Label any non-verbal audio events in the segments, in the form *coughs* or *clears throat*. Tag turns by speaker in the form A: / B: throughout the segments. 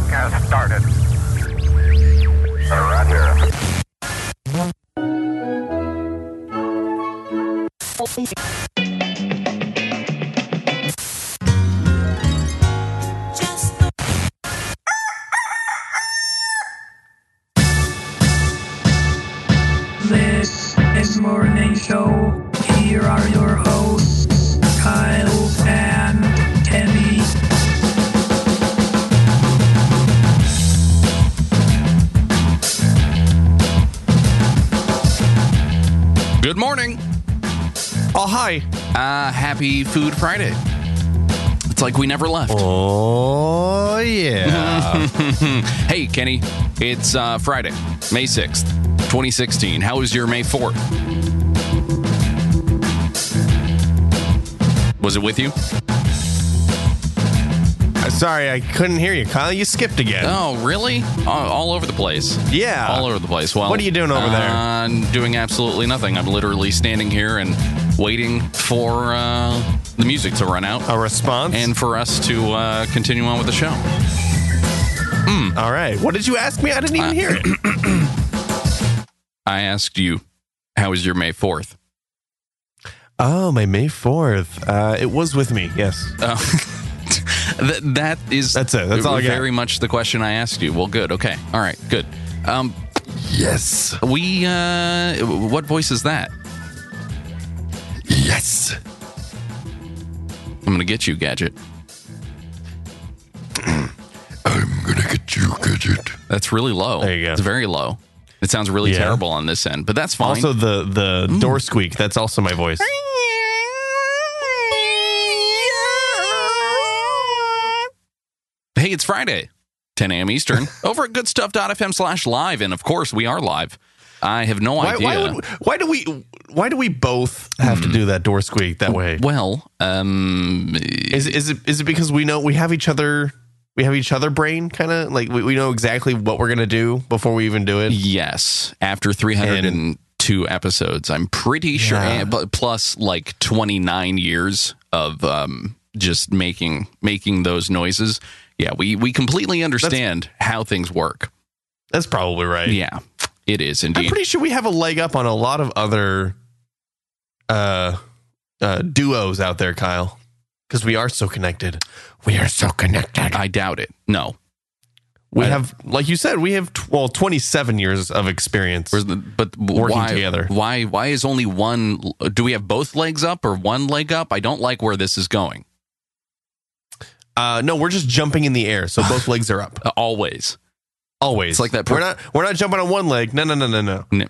A: started. Roger.
B: This is Morning Show. Here are your hosts, Kyle and Kenny.
C: Good morning.
D: Oh, hi.
C: Uh, happy Food Friday. It's like we never left.
D: Oh, yeah. *laughs*
C: Hey, Kenny, it's uh, Friday, May 6th, 2016. How was your May 4th? Was it with you?
D: Sorry, I couldn't hear you, Kyle. You skipped again.
C: Oh, really? All, all over the place.
D: Yeah.
C: All over the place. Well,
D: What are you doing over there?
C: Uh, doing absolutely nothing. I'm literally standing here and waiting for uh, the music to run out
D: A response?
C: and for us to uh, continue on with the show.
D: All right. What did you ask me? I didn't
C: Uh,
D: even hear
C: *clears throat*
D: it.
C: I asked you, how was your May 4th?
D: Oh, my May 4th. Uh, it was with me, yes.
C: Uh, *laughs* that, that is
D: That's it. That's all I got.
C: very much the question I asked you. Well, good. Okay. All right. Good. Um,
D: Yes.
C: we uh, what voice is that?
D: Yes.
C: I'm gonna get you, gadget.
D: *clears throat* I'm going to get you, Gadget.
C: That's really low.
D: There you go.
C: It's very low. It sounds really
D: Yeah.
C: terrible on this end, but that's fine.
D: Also, the, the
C: Mm.
D: door squeak. That's also my voice.
C: hey, it's Friday, 10 a.m.
D: *laughs*
C: Eastern, over at goodstuff.fm slash live, and of course we are live. I have no
D: Why,
C: idea. Mm.
D: why, would, why do we why do we both have to do that door squeak that way?
C: well, um,
D: Is is it is it because we know we have each other we have each other brain kind of like we, we know exactly what we're gonna do before we even do it.
C: Yes, after 302 episodes, I'm pretty sure,
D: Yeah.
C: and- but plus like 29 years of um, just making making those noises. Yeah, we we completely understand how things work.
D: That's probably right.
C: Yeah, it is
D: I'm
C: indeed.
D: pretty sure we have a leg up on a lot of other uh, uh duos out there, Kyle, because we are so connected. We are so connected.
C: I doubt it. No,
D: we
C: I-
D: have, like you said, we have tw- well 27 years of experience.
C: Where's the- but
D: Working
C: why,
D: together.
C: Why why is only one? Do we have both legs up or one leg up? I don't like where this is going.
D: Uh, no, we're just jumping in the air, so *sighs* both legs are up
C: Uh, always.
D: always.
C: It's like that
D: we're not we're not jumping on one leg. No, no, no, no, no.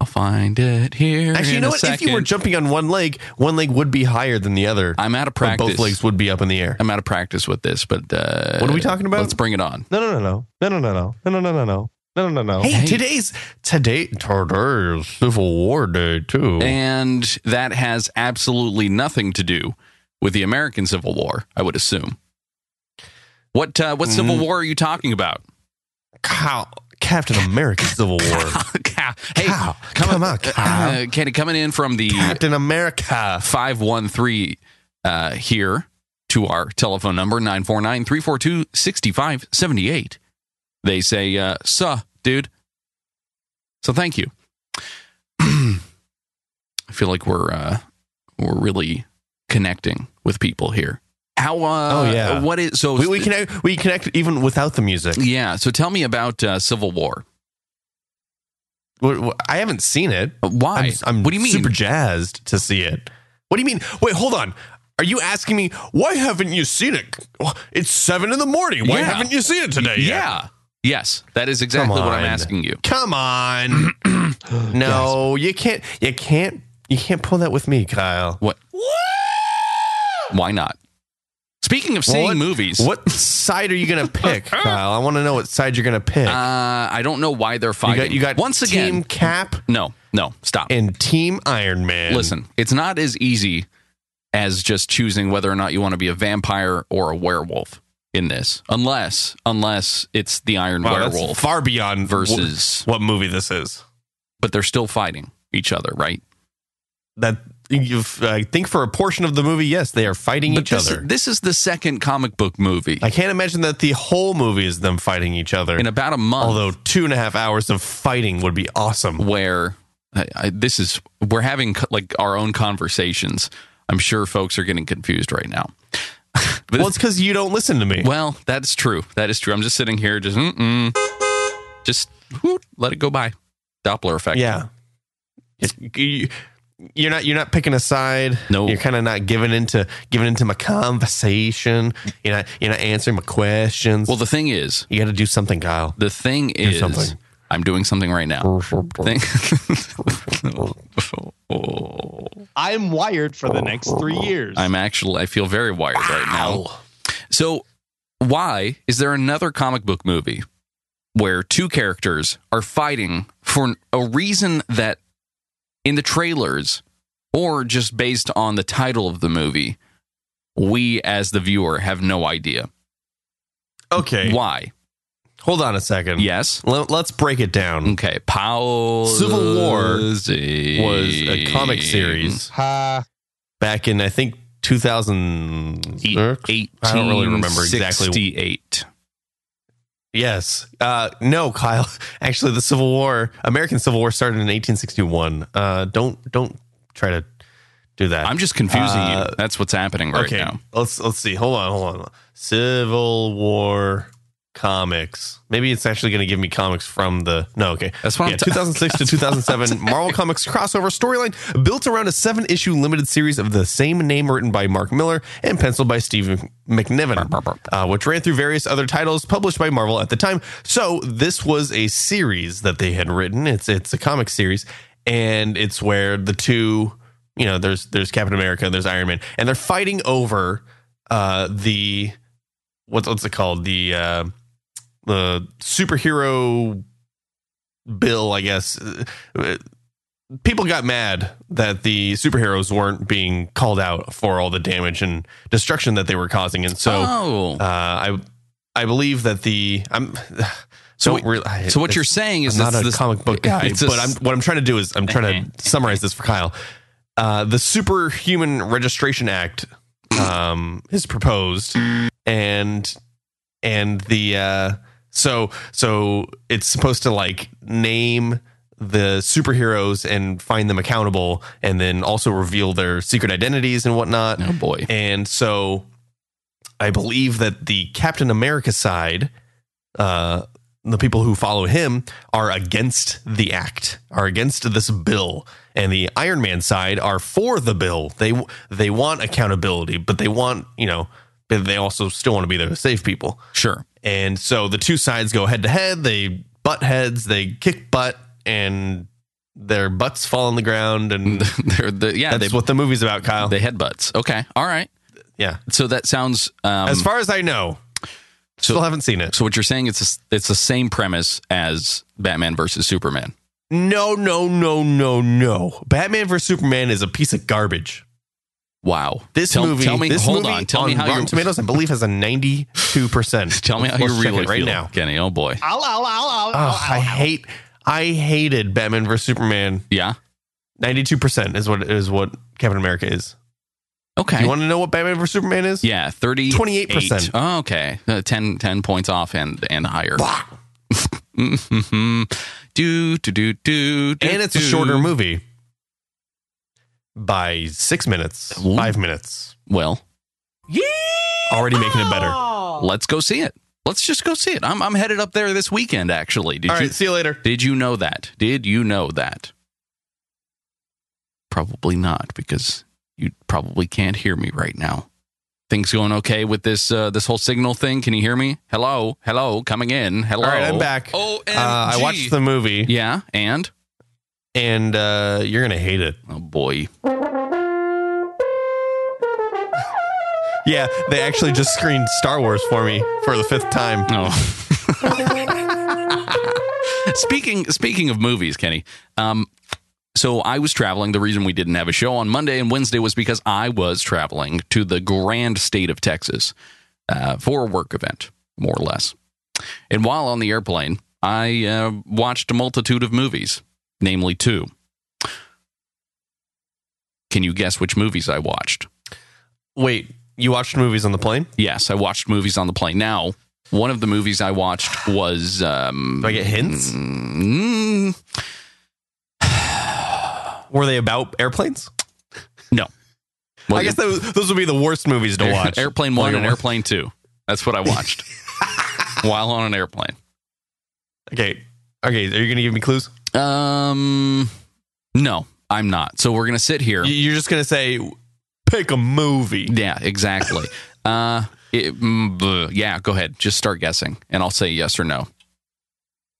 C: I'll find it here.
D: Actually, you
C: in
D: know
C: a
D: what? If you were
C: second.
D: jumping on one leg, one leg would be higher than the other.
C: I'm out of
D: but
C: practice.
D: both legs would be up in the air.
C: I'm out of practice with this, but uh,
D: What are we talking about?
C: Let's bring it on.
D: No, no, no, no, no, no, no, no, no, no, no, no, no, no, no, no. Hey,
C: Hey.
D: today's today today's Civil War Day too.
C: And that has absolutely nothing to do with the American Civil War, I would assume. What uh, what
D: Mm.
C: Civil War are you talking about? *laughs*
D: Cow, Captain America Civil War.
C: Cow. hey,
D: Cow. Come on, cow.
C: uh, Kenny, coming in from
D: *laughs*
C: the
D: Captain America.
C: uh, five one three uh, here to our telephone number 949-342-6578. They say, uh, "Suh, dude." So thank you. *clears throat* I feel like we're uh, we're really connecting with people here. How? Uh,
D: Oh, yeah.
C: What is so?
D: We, we connect. We connect even without the music.
C: Yeah. So tell me about uh, Civil War.
D: We- we- I haven't seen it.
C: Uh, Why?
D: I'm, I'm
C: what do you mean?
D: Super jazzed to see it. What do you mean? Wait, hold on. Are you asking me why haven't you seen it? It's seven in the morning. Why
C: Yeah.
D: haven't you seen it today? yet?
C: yeah. Yes, that is exactly what I'm
D: on.
C: asking you.
D: Come on.
C: *clears throat*
D: no, you can't. You can't. You can't pull that with me, Kyle.
C: What? Why not? Speaking of seeing
D: What-
C: movies,
D: What side are you gonna
C: *laughs*
D: pick, Kyle? I want to know what side you're gonna pick.
C: Uh, I don't know why they're
D: you
C: fighting.
D: got. You got.
C: once again.
D: Team Cap
C: no, no, stop.
D: and Team Iron Man.
C: Listen, it's not as easy as just choosing whether or not you want to be a vampire or a werewolf in this, unless unless it's the Iron
D: Wow, that's
C: Werewolf.
D: far beyond
C: versus-
D: wh- what movie this is.
C: but they're still fighting each other, right?
D: That you've, I think for a portion of the movie, yes, they are fighting
C: But
D: each
C: this,
D: other.
C: this is the second comic book movie
D: I can't imagine that the whole movie is them fighting each other.
C: in about a month.
D: Although two and a half hours of fighting would be awesome.
C: where I, I, this is we're having co- like our own conversations. I'm sure folks are getting confused right now. But
D: Well, it's because you don't listen to me.
C: Well, that's true. That is true. I'm just sitting here, just mm-mm, just whoop, let it go by. Doppler effect.
D: Yeah. You- You're not you're not picking a side.
C: No.
D: You're kind of not giving into giving into my conversation. You're not you're not answering my questions.
C: Well,
D: Well,
C: the thing is,
D: you got to do something, Kyle.
C: the thing is,
D: something.
C: I'm doing something right
D: *laughs*
C: now. Thing- *laughs* Oh.
A: I'm wired for the next three years.
C: I'm actually, I feel very wired right now. So, why is there another comic book movie where two characters are fighting for a reason that in the trailers or just based on the title of the movie, we as the viewer have no idea?
D: Okay.
C: Why?
D: Hold on a second.
C: Yes.
D: Let, us break it down.
C: Okay. Powell.
D: Civil War was a comic
C: Mm.
D: series
A: Ha.
D: back in I think 2000. I don't really remember exactly.
C: 1868.
D: Yes. Uh, no, Kyle. *laughs* Actually, the Civil War, American Civil War, started in 1861. Uh, don't don't try to do that.
C: I'm just confusing
D: Uh,
C: you. That's what's happening right
D: okay.
C: now.
D: Let's let's see. Hold on, hold on. Civil War comics. Maybe it's actually going to give me comics from the no. Okay,
C: That's what I'm
D: yeah,
C: ta- *laughs*
D: 2006 to 2007 Marvel Comics crossover storyline built around a seven issue limited series of the same name written by Mark Miller and penciled by Steve McNiven, uh, which ran through various other titles published by Marvel at the time. So this was a series that they had written. It's it's a comic series, and it's where the two you know there's there's Captain America, there's Iron Man, and they're fighting over uh, the what's what's it called the uh, the superhero bill, I guess. Uh, People got mad that the superheroes weren't being called out for all the damage and destruction that they were causing, and so
C: oh.
D: uh, I I believe that the I'm *sighs*
C: So
D: don't
C: wait-
D: reali-
C: so what
D: it's-
C: you're saying is
D: I'm
C: it's
D: not a
C: this-
D: comic book guy,
C: it's a
D: but I'm
C: s-
D: what I'm trying to do is I'm trying to summarize this for Kyle. Uh, the Superhuman Registration Act um, is proposed, and and the uh, so so it's supposed to like name the superheroes and find them accountable, and then also reveal their secret identities and whatnot.
C: Oh boy.
D: And so I believe that the Captain America side, uh, the people who follow him, are against the act, are against this bill. And the Iron Man side are for the bill. They they want accountability, but they want, you know, but they also still want to be there to save people.
C: Sure. *laughs*
D: And so the two sides go head to head. They butt heads, they kick butt, and their butts fall on the ground. And
C: They're the, *laughs* yeah,
D: that's
C: they,
D: what the movie's about, Kyle.
C: they headbutts. Okay. All right.
D: yeah.
C: So that sounds um,
D: as far as I know. Still haven't seen it.
C: so what you're saying it's a, it's the same premise as Batman versus Superman.
D: No, no, no, no, no. Batman vs Superman is a piece of garbage.
C: Wow.
D: This
C: tell,
D: movie,
C: Tell me
D: this
C: hold
D: movie
C: on. Tell me how
D: Rotten
C: you're
D: Tomatoes, I believe, has a ninety-two
C: *laughs*
D: percent.
C: Tell me how you're really
D: right
C: feel,
D: now.
C: Kenny. Oh boy.
A: Ow, ow, ow, ow, ow,
D: Oh, I
A: ow.
D: hate, I hated Batman vs Superman.
C: Yeah.
D: Ninety-two percent is what is what Captain America is.
C: Okay.
D: You want to know what Batman vs Superman is?
C: yeah, 30
D: 28%.
C: Oh, okay. Uh, 10 10 points off and and higher.
D: Bah.
C: Mhm. *laughs* do do do do. do,
D: and it's a
C: do.
D: shorter movie by six minutes,
C: Ooh.
D: five minutes.
C: Well,
D: Already making it better. All
C: let's go see it. Let's just go see it. I'm I'm headed up there this weekend actually. Did you
D: right, see you later.
C: Did you know that? Did you know that? Probably not, because you probably can't hear me right now. Things going okay with this uh, this whole signal thing? Can you hear me? Hello, hello, coming in. Hello,
D: All right, I'm back.
C: Oh,
D: Uh, I watched the movie,
C: Yeah, and
D: and uh, you're gonna hate it.
C: oh boy,
D: Yeah, they actually just screened Star Wars for me for the fifth time.
C: *laughs* oh. speaking speaking of movies, Kenny. Um, so I was traveling. The reason we didn't have a show on Monday and Wednesday was because I was traveling to the grand state of Texas uh, for a work event, more or less. And while on the airplane, I uh, watched a multitude of movies, namely two. Can you guess which movies I watched?
D: Wait, you watched movies on the plane?
C: Yes, I watched movies on the plane. Now, one of the movies I watched was. Um,
D: Do I get hints?
C: mm,
D: Were they about airplanes?
C: no.
D: I guess those, those would be the worst movies to watch.
C: Airplane
D: While
C: One
D: you're
C: and Airplane Two. That's what I watched
D: *laughs*
C: while on an airplane.
D: Okay. Okay. Are you going to give me clues?
C: Um, no, I'm not. So we're gonna sit here.
D: Y- You're just going to say, pick a movie.
C: Yeah,
D: *laughs*
C: exactly. uh, it, mm, bleh. yeah. Go ahead. Just start guessing, and I'll say yes or no.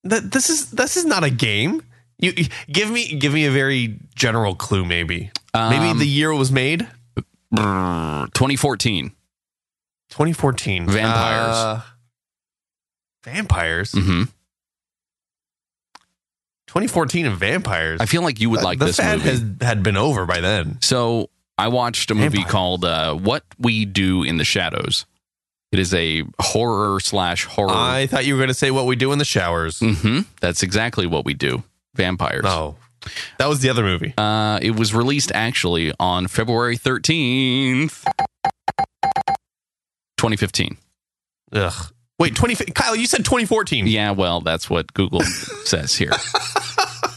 D: That, this is this is not a game. You you- give me give me a very general clue, maybe.
C: Um,
D: maybe the year it was made,
C: brr, 2014.
D: 2014.
C: Vampires.
D: Uh, vampires.
C: hmm
D: 2014 and vampires.
C: I feel like you would
D: That-
C: like
D: the
C: this
D: fad
C: movie.
D: Has, had been over by then.
C: so I watched a movie
D: Vampire.
C: called uh, "What We Do in the Shadows." It is a horror slash horror.
D: I thought you were going to say what we do in the showers.
C: hmm That's exactly what we do. Vampires.
D: No, that was the other movie.
C: Uh, it was released actually on February 13th, 2015.
D: Ugh. Wait, 20 Kyle, you said 2014.
C: Yeah, well, that's what Google says here.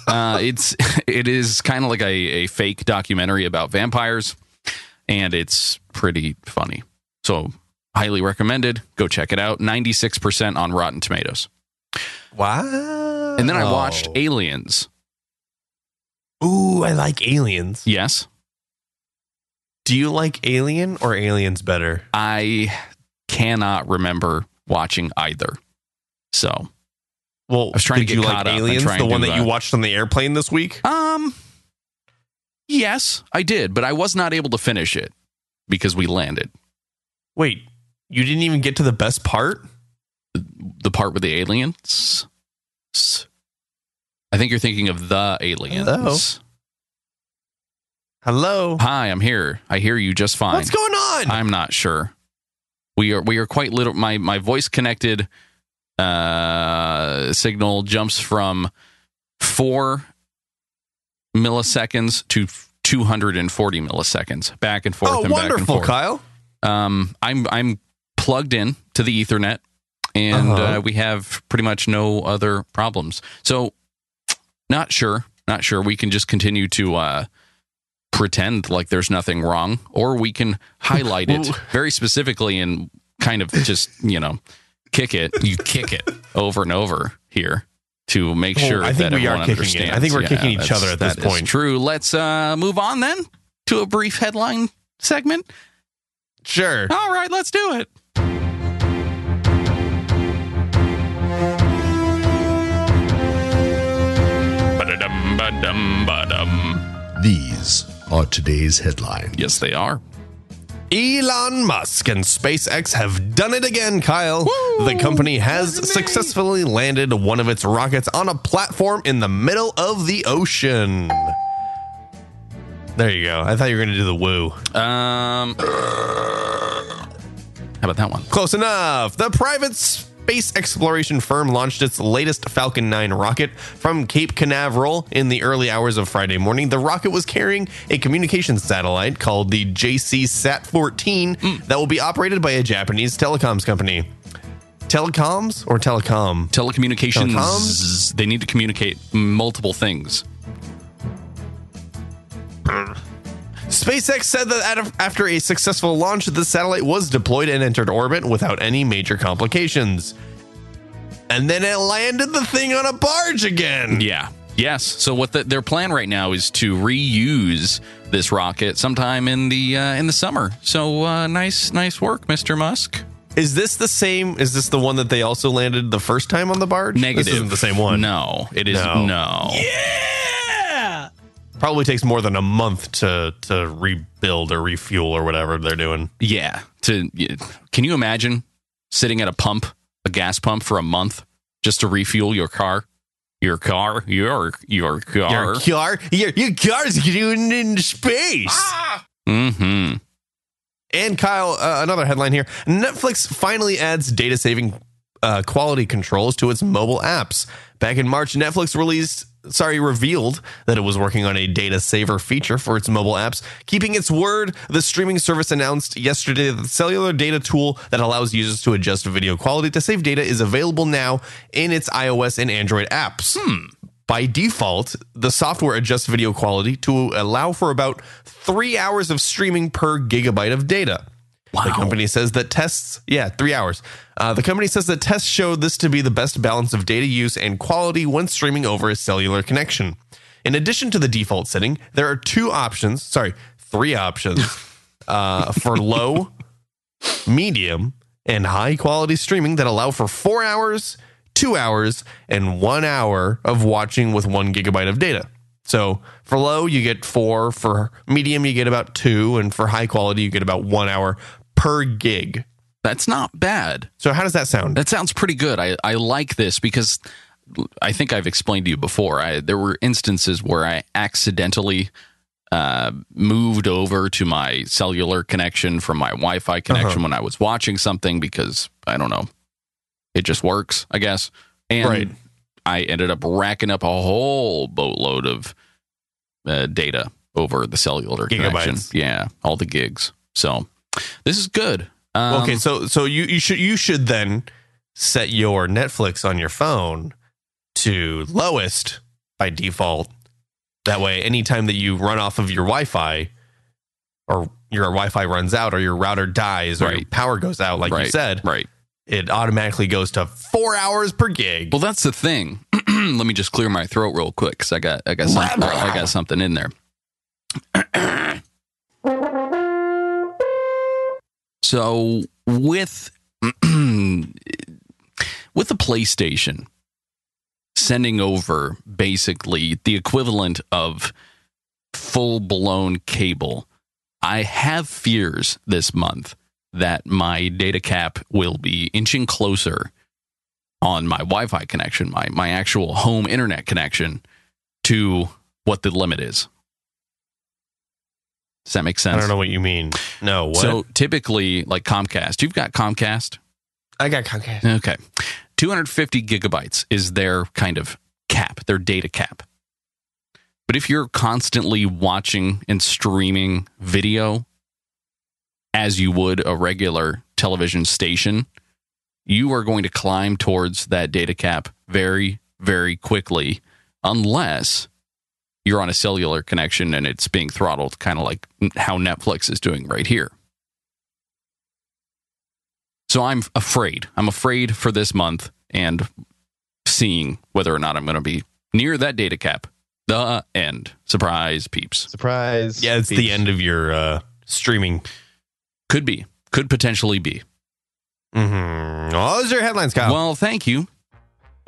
C: Uh, it's it is kind of like a, a fake documentary about vampires, and it's pretty funny. So highly recommended. Go check it out. Ninety six percent on Rotten Tomatoes.
D: Wow.
C: And then I
D: Oh.
C: watched Aliens.
D: Ooh, I like aliens.
C: Yes,
D: Do you like Alien or Aliens better?
C: I cannot remember watching either. So
D: Well, I
C: was trying to get
D: did you
C: caught up
D: like
C: and
D: Aliens,
C: trying
D: the
C: to,
D: one that
C: uh,
D: you watched on the airplane this week?
C: Um, yes, I did, but I was not able to finish it because we landed
D: Wait, you didn't even get to the best part?
C: the part with the aliens. I think you're thinking of the aliens.
D: Hello.
C: Hi, I'm here. I hear you just fine.
D: What's going on?
C: I'm not sure. We are we are quite little. My my voice connected uh, signal jumps from four milliseconds to 240 milliseconds back and forth.
D: oh,
C: and back and
D: wonderful,
C: forth.
D: Kyle.
C: um, I'm I'm plugged in to the Ethernet, and uh
D: Uh-huh.
C: we have pretty much no other problems. So, not sure, not sure. We can just continue to uh, pretend like there's nothing wrong, or we can highlight
D: *laughs*
C: it very specifically and kind of just you know kick it. You kick it over and over here. To make
D: Oh,
C: sure
D: I think
C: that
D: we are
C: everyone
D: kicking it.
C: understands.
D: I think we're kicking each
C: that's-
D: other at this
C: that is
D: point.
C: True. Let's uh, move on then to a brief headline segment.
D: Sure.
C: All right, let's do it. Ba-da-dum, ba-dum, ba-dum.
E: These are today's headlines.
C: Yes, they are.
D: Elon Musk and SpaceX have done it again, Kyle. the company has successfully landed one of its rockets on a platform in the middle of the ocean. There you go. I thought you were going to do the woo.
C: Um, how about that one?
D: Close enough. The private space exploration firm launched its latest Falcon 9 rocket from Cape Canaveral in the early hours of Friday morning. The rocket was carrying a communications satellite called the JC Sat 14 that will be operated by a Japanese telecoms company. Telecoms or telecom?
C: Telecommunications.
D: Telecoms?
C: They need to communicate multiple things.
D: SpaceX said that at- after a successful launch, the satellite was deployed and entered orbit without any major complications. And then it landed the thing on a barge again.
C: Yeah. Yes. So what the, their plan right now is to reuse this rocket sometime in the uh, in the summer. So uh, nice, nice work, Mr. Musk.
D: Is this the same? Is this the one that they also landed the first time on the barge?
C: Negative.
D: This isn't the same one.
C: No, it is
D: No.
C: no.
D: Probably takes more than a month to to rebuild or refuel or whatever they're doing.
C: Yeah. To y- can you imagine sitting at a pump, a gas pump for a month just to refuel your car? Your car, your your car.
D: Your car, your, your car's going in space.
C: mm-hmm.
D: And Kyle, uh, another headline here: Netflix finally adds data-saving uh, quality controls to its mobile apps. Back in March, Netflix released sorry, revealed that it was working on a data saver feature for its mobile apps, keeping its word. The streaming service announced yesterday that the cellular data tool that allows users to adjust video quality to save data is available now in its iOS and Android apps. By default, the software adjusts video quality to allow for about three hours of streaming per gigabyte of data. The company says that tests, yeah, three hours. Uh, the company says that tests showed this to be the best balance of data use and quality when streaming over a cellular connection. In addition to the default setting, there are two options, sorry, three options uh, for low, medium, and high quality streaming that allow for four hours, two hours, and one hour of watching with one gigabyte of data. So for low, you get four. For medium, you get about two. And for high quality, you get about one hour per gig.
C: That's not bad.
D: So how does that sound?
C: That sounds pretty good. I, I like this because I think I've explained to you before. I there were instances where I accidentally uh, moved over to my cellular connection from my Wi-Fi connection
D: Uh-huh.
C: when I was watching something because I don't know, it just works, I guess. And
D: Right.
C: I ended up racking up a whole boatload of uh, data over the cellular connection.
D: Gigabytes.
C: Yeah, all the gigs. So this is good. Um,
D: okay, so so you, you should you should then set your Netflix on your phone to lowest by default. That way, anytime that you run off of your Wi-Fi or your Wi-Fi runs out or your router dies or your
C: Right.
D: power goes out, like you
C: Right,
D: said,
C: right.
D: it automatically goes to four hours per gig.
C: Well, that's the thing. *clears throat* Let me just clear my throat real quick because I got I got some, I got something in there. *clears throat* so with *clears throat* with the PlayStation sending over basically the equivalent of full blown cable, I have fears this month that my data cap will be inching closer on my Wi-Fi connection, my my actual home internet connection, to what the limit is. Does that make sense?
D: I don't know what you mean. No, what?
C: So typically, like Comcast, you've got Comcast.
D: I got Comcast.
C: Okay, 250 gigabytes is their kind of cap, their data cap. But if you're constantly watching and streaming video as you would a regular television station, you are going to climb towards that data cap very, very quickly, unless you're on a cellular connection and it's being throttled, kind of like how Netflix is doing right here. So I'm afraid. I'm afraid for this month and seeing whether or not I'm going to be near that data cap. The end. Surprise, peeps.
A: Surprise.
D: Yeah, it's the end of your uh, streaming.
C: Could be. Could potentially be.
D: Mm-hmm. Oh, those are your headlines, Kyle.
C: Well, thank you. And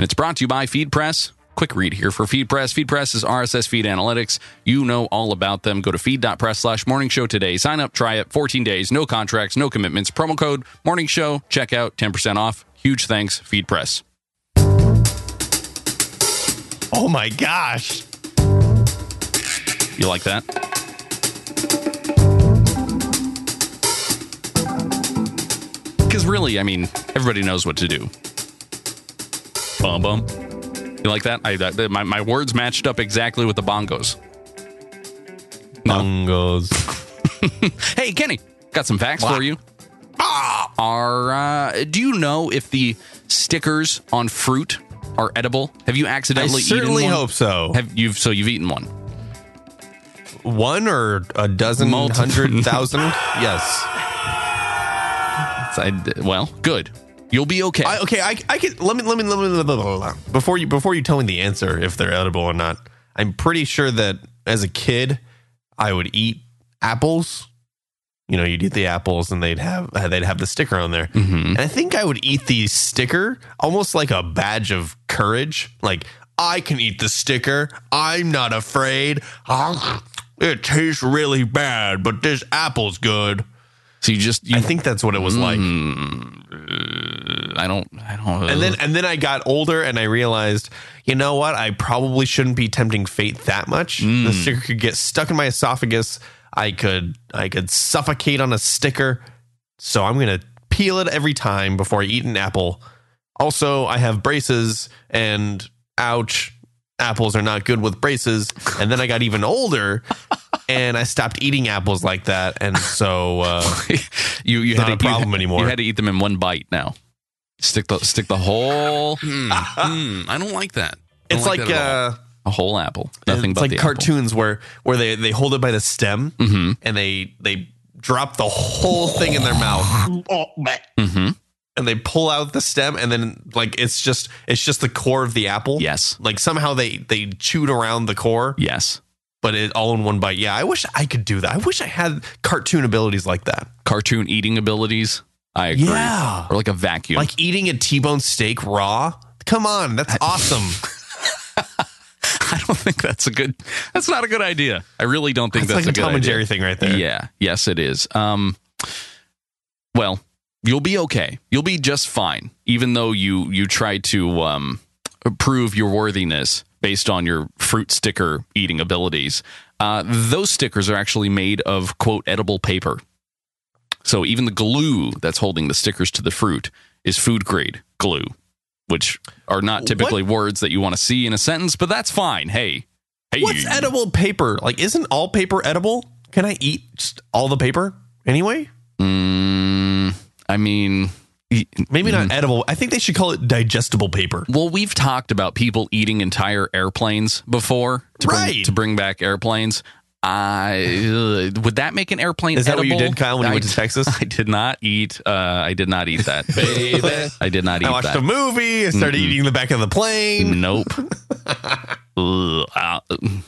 C: it's brought to you by Feed Press. Quick read here for Feed Press. Feed Press is RSS feed analytics. You know all about them. Go to feed.press slash morning show today. Sign up, try it. 14 days, no contracts, no commitments. Promo code morning show. Check out 10% off. Huge thanks, Feed Press.
D: oh my gosh.
C: You like that? Because really, I mean, everybody knows what to do. Bum bum. You like that? I that, that- my, my words matched up exactly with the bongos. *laughs*
D: Bongos.
C: Hey, Kenny, got some facts for you. Ah! Are uh, do you know if the stickers on fruit are edible? Have you
D: I
C: accidentally
D: certainly
C: eaten one?
D: hope so.
C: Have you? So you've eaten one.
D: One or a dozen,
C: Multiple.
D: *laughs* hundred thousand? yes.
C: I, well, good. You'll be okay.
D: I, okay, I, I could let me let me let me blah, blah, blah, blah. before you before you tell me the answer if they're edible or not. I'm pretty sure that as a kid, I would eat apples. You know, you'd eat the apples, and they'd have uh, they'd have the sticker on there. And I think I would eat the sticker almost like a badge of courage. Like I can eat the sticker. I'm not afraid. Ah, It tastes really bad, but this apple's good.
C: so you just you
D: I think that's what it was like.
C: Mm-hmm. I don't. I don't.
D: And then and then I got older and I realized, you know what? I probably shouldn't be tempting fate that much. The sticker could get stuck in my esophagus. I could I could suffocate on a sticker. So I'm gonna peel it every time before I eat an apple. Also, I have braces and ouch. apples are not good with braces. And then I got even older and I stopped eating apples like that. And so uh,
C: *laughs* you you
D: Not
C: had
D: a
C: to, you
D: problem
C: had-
D: anymore.
C: You had to eat them in one bite now. Stick the stick the whole
F: Hmm, hmm, I don't like that. I don't
D: it's like,
F: that at all.
D: uh,
C: a whole apple. Nothing
D: it's
C: but
D: like
C: the
D: cartoons where where they, they hold it by the stem
C: hmm
D: and they they drop the whole thing in their mouth.
C: hmm
D: and they pull out the stem and then like it's just it's just the core of the apple.
C: Yes.
D: Like somehow they they chewed around the core,
C: Yes.
D: but it all in one bite. Yeah, I wish I could do that. I wish I had cartoon abilities like that.
C: Cartoon eating abilities. I agree.
D: Yeah.
C: Or like *laughs* a vacuum.
D: Like eating a T-bone steak raw. Come on, that's
C: *laughs*
D: awesome.
C: I don't think that's a good. That's not a good idea. I really don't think
D: It's
C: that's,
D: like a
C: a good
D: Tom and
C: idea.
D: Jerry thing right there.
C: Yeah. Yes, it is. Um. Well, you'll be okay. You'll be just fine, even though you you tried to um prove your worthiness based on your fruit sticker eating abilities. Uh, those stickers are actually made of quote edible paper. So even the glue that's holding the stickers to the fruit is food grade glue, which are not typically words that you want to see in a sentence, but that's fine. Hey, hey,
D: What's edible paper? Like isn't all paper edible? Can I eat just all the paper anyway?
C: Mm, I mean, y-
D: Maybe
C: Hmm.
D: not edible. I think they should call it digestible paper.
C: well, we've talked about people eating entire airplanes before to bring,
D: Right.
C: to bring back airplanes. I uh, would that make an airplane?
D: Is that what you
C: edible?
D: did, Kyle, when you
C: I
D: went to
C: d-
D: Texas?
C: *laughs* I did not eat. Uh, I did not eat
D: *laughs*
C: that. I did not eat
D: I watched
C: that.
D: a movie, I started eating the back of the plane. *laughs*
C: Nope. Ugh, uh,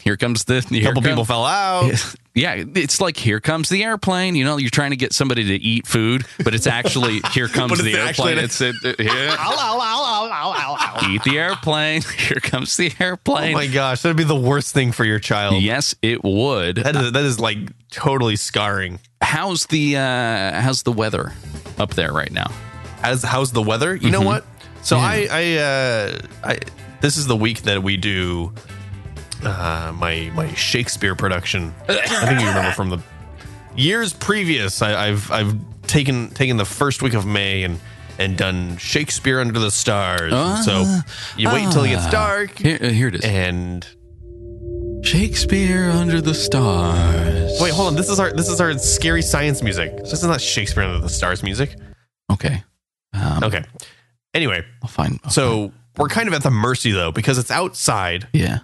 C: here comes the here
D: A couple
C: come-
D: people fell out.
C: Yeah, it's like here comes the airplane. You know, you're trying to get somebody to eat food, but it's actually
D: *laughs*
C: here comes
D: it's
C: the
D: actually-
C: airplane. It's it, it-
D: *laughs*
C: yeah. eat the airplane. *laughs* Here comes the
D: Oh
C: airplane.
D: my gosh, that'd be the worst thing for your child.
C: yes, it would.
D: That is that is like totally scarring.
C: how's the uh, how's the weather up there right now?
D: As how's the weather? You
C: Mm-hmm.
D: know what? So I I uh I this is the week that we do uh my my Shakespeare production. I think you remember from the years previous. I, I've I've taken taken the first week of May and and done Shakespeare under the stars. And so you wait until it gets dark
C: Ah. Here, uh, here it is.
D: and
C: Shakespeare under the stars.
D: Wait, hold on. This is our this is our scary science music. This is not Shakespeare under the stars music.
C: Okay, um,
D: Okay. Anyway,
C: I'll find.
D: so we're kind of at the mercy though because it's outside
C: yeah,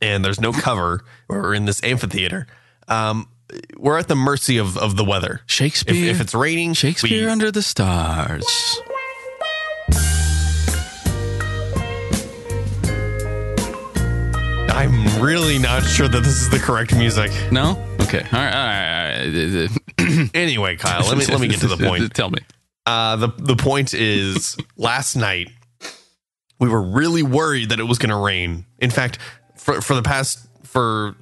D: and there's no cover. We're in this amphitheater. Um, we're at the mercy of of the weather. If,
C: Shakespeare.
D: if it's raining,
C: Shakespeare
D: we,
C: under the stars.
D: I'm really not sure that this is the correct music.
C: No. Okay. All right. All right. All
D: *clears throat*
C: right. *clears throat*
D: Anyway, Kyle, Uh, let me let me get to
C: *laughs*
D: the point.
C: Tell me.
D: Uh, the the point is, last night we were really worried that it was going to rain. In fact, for for the past for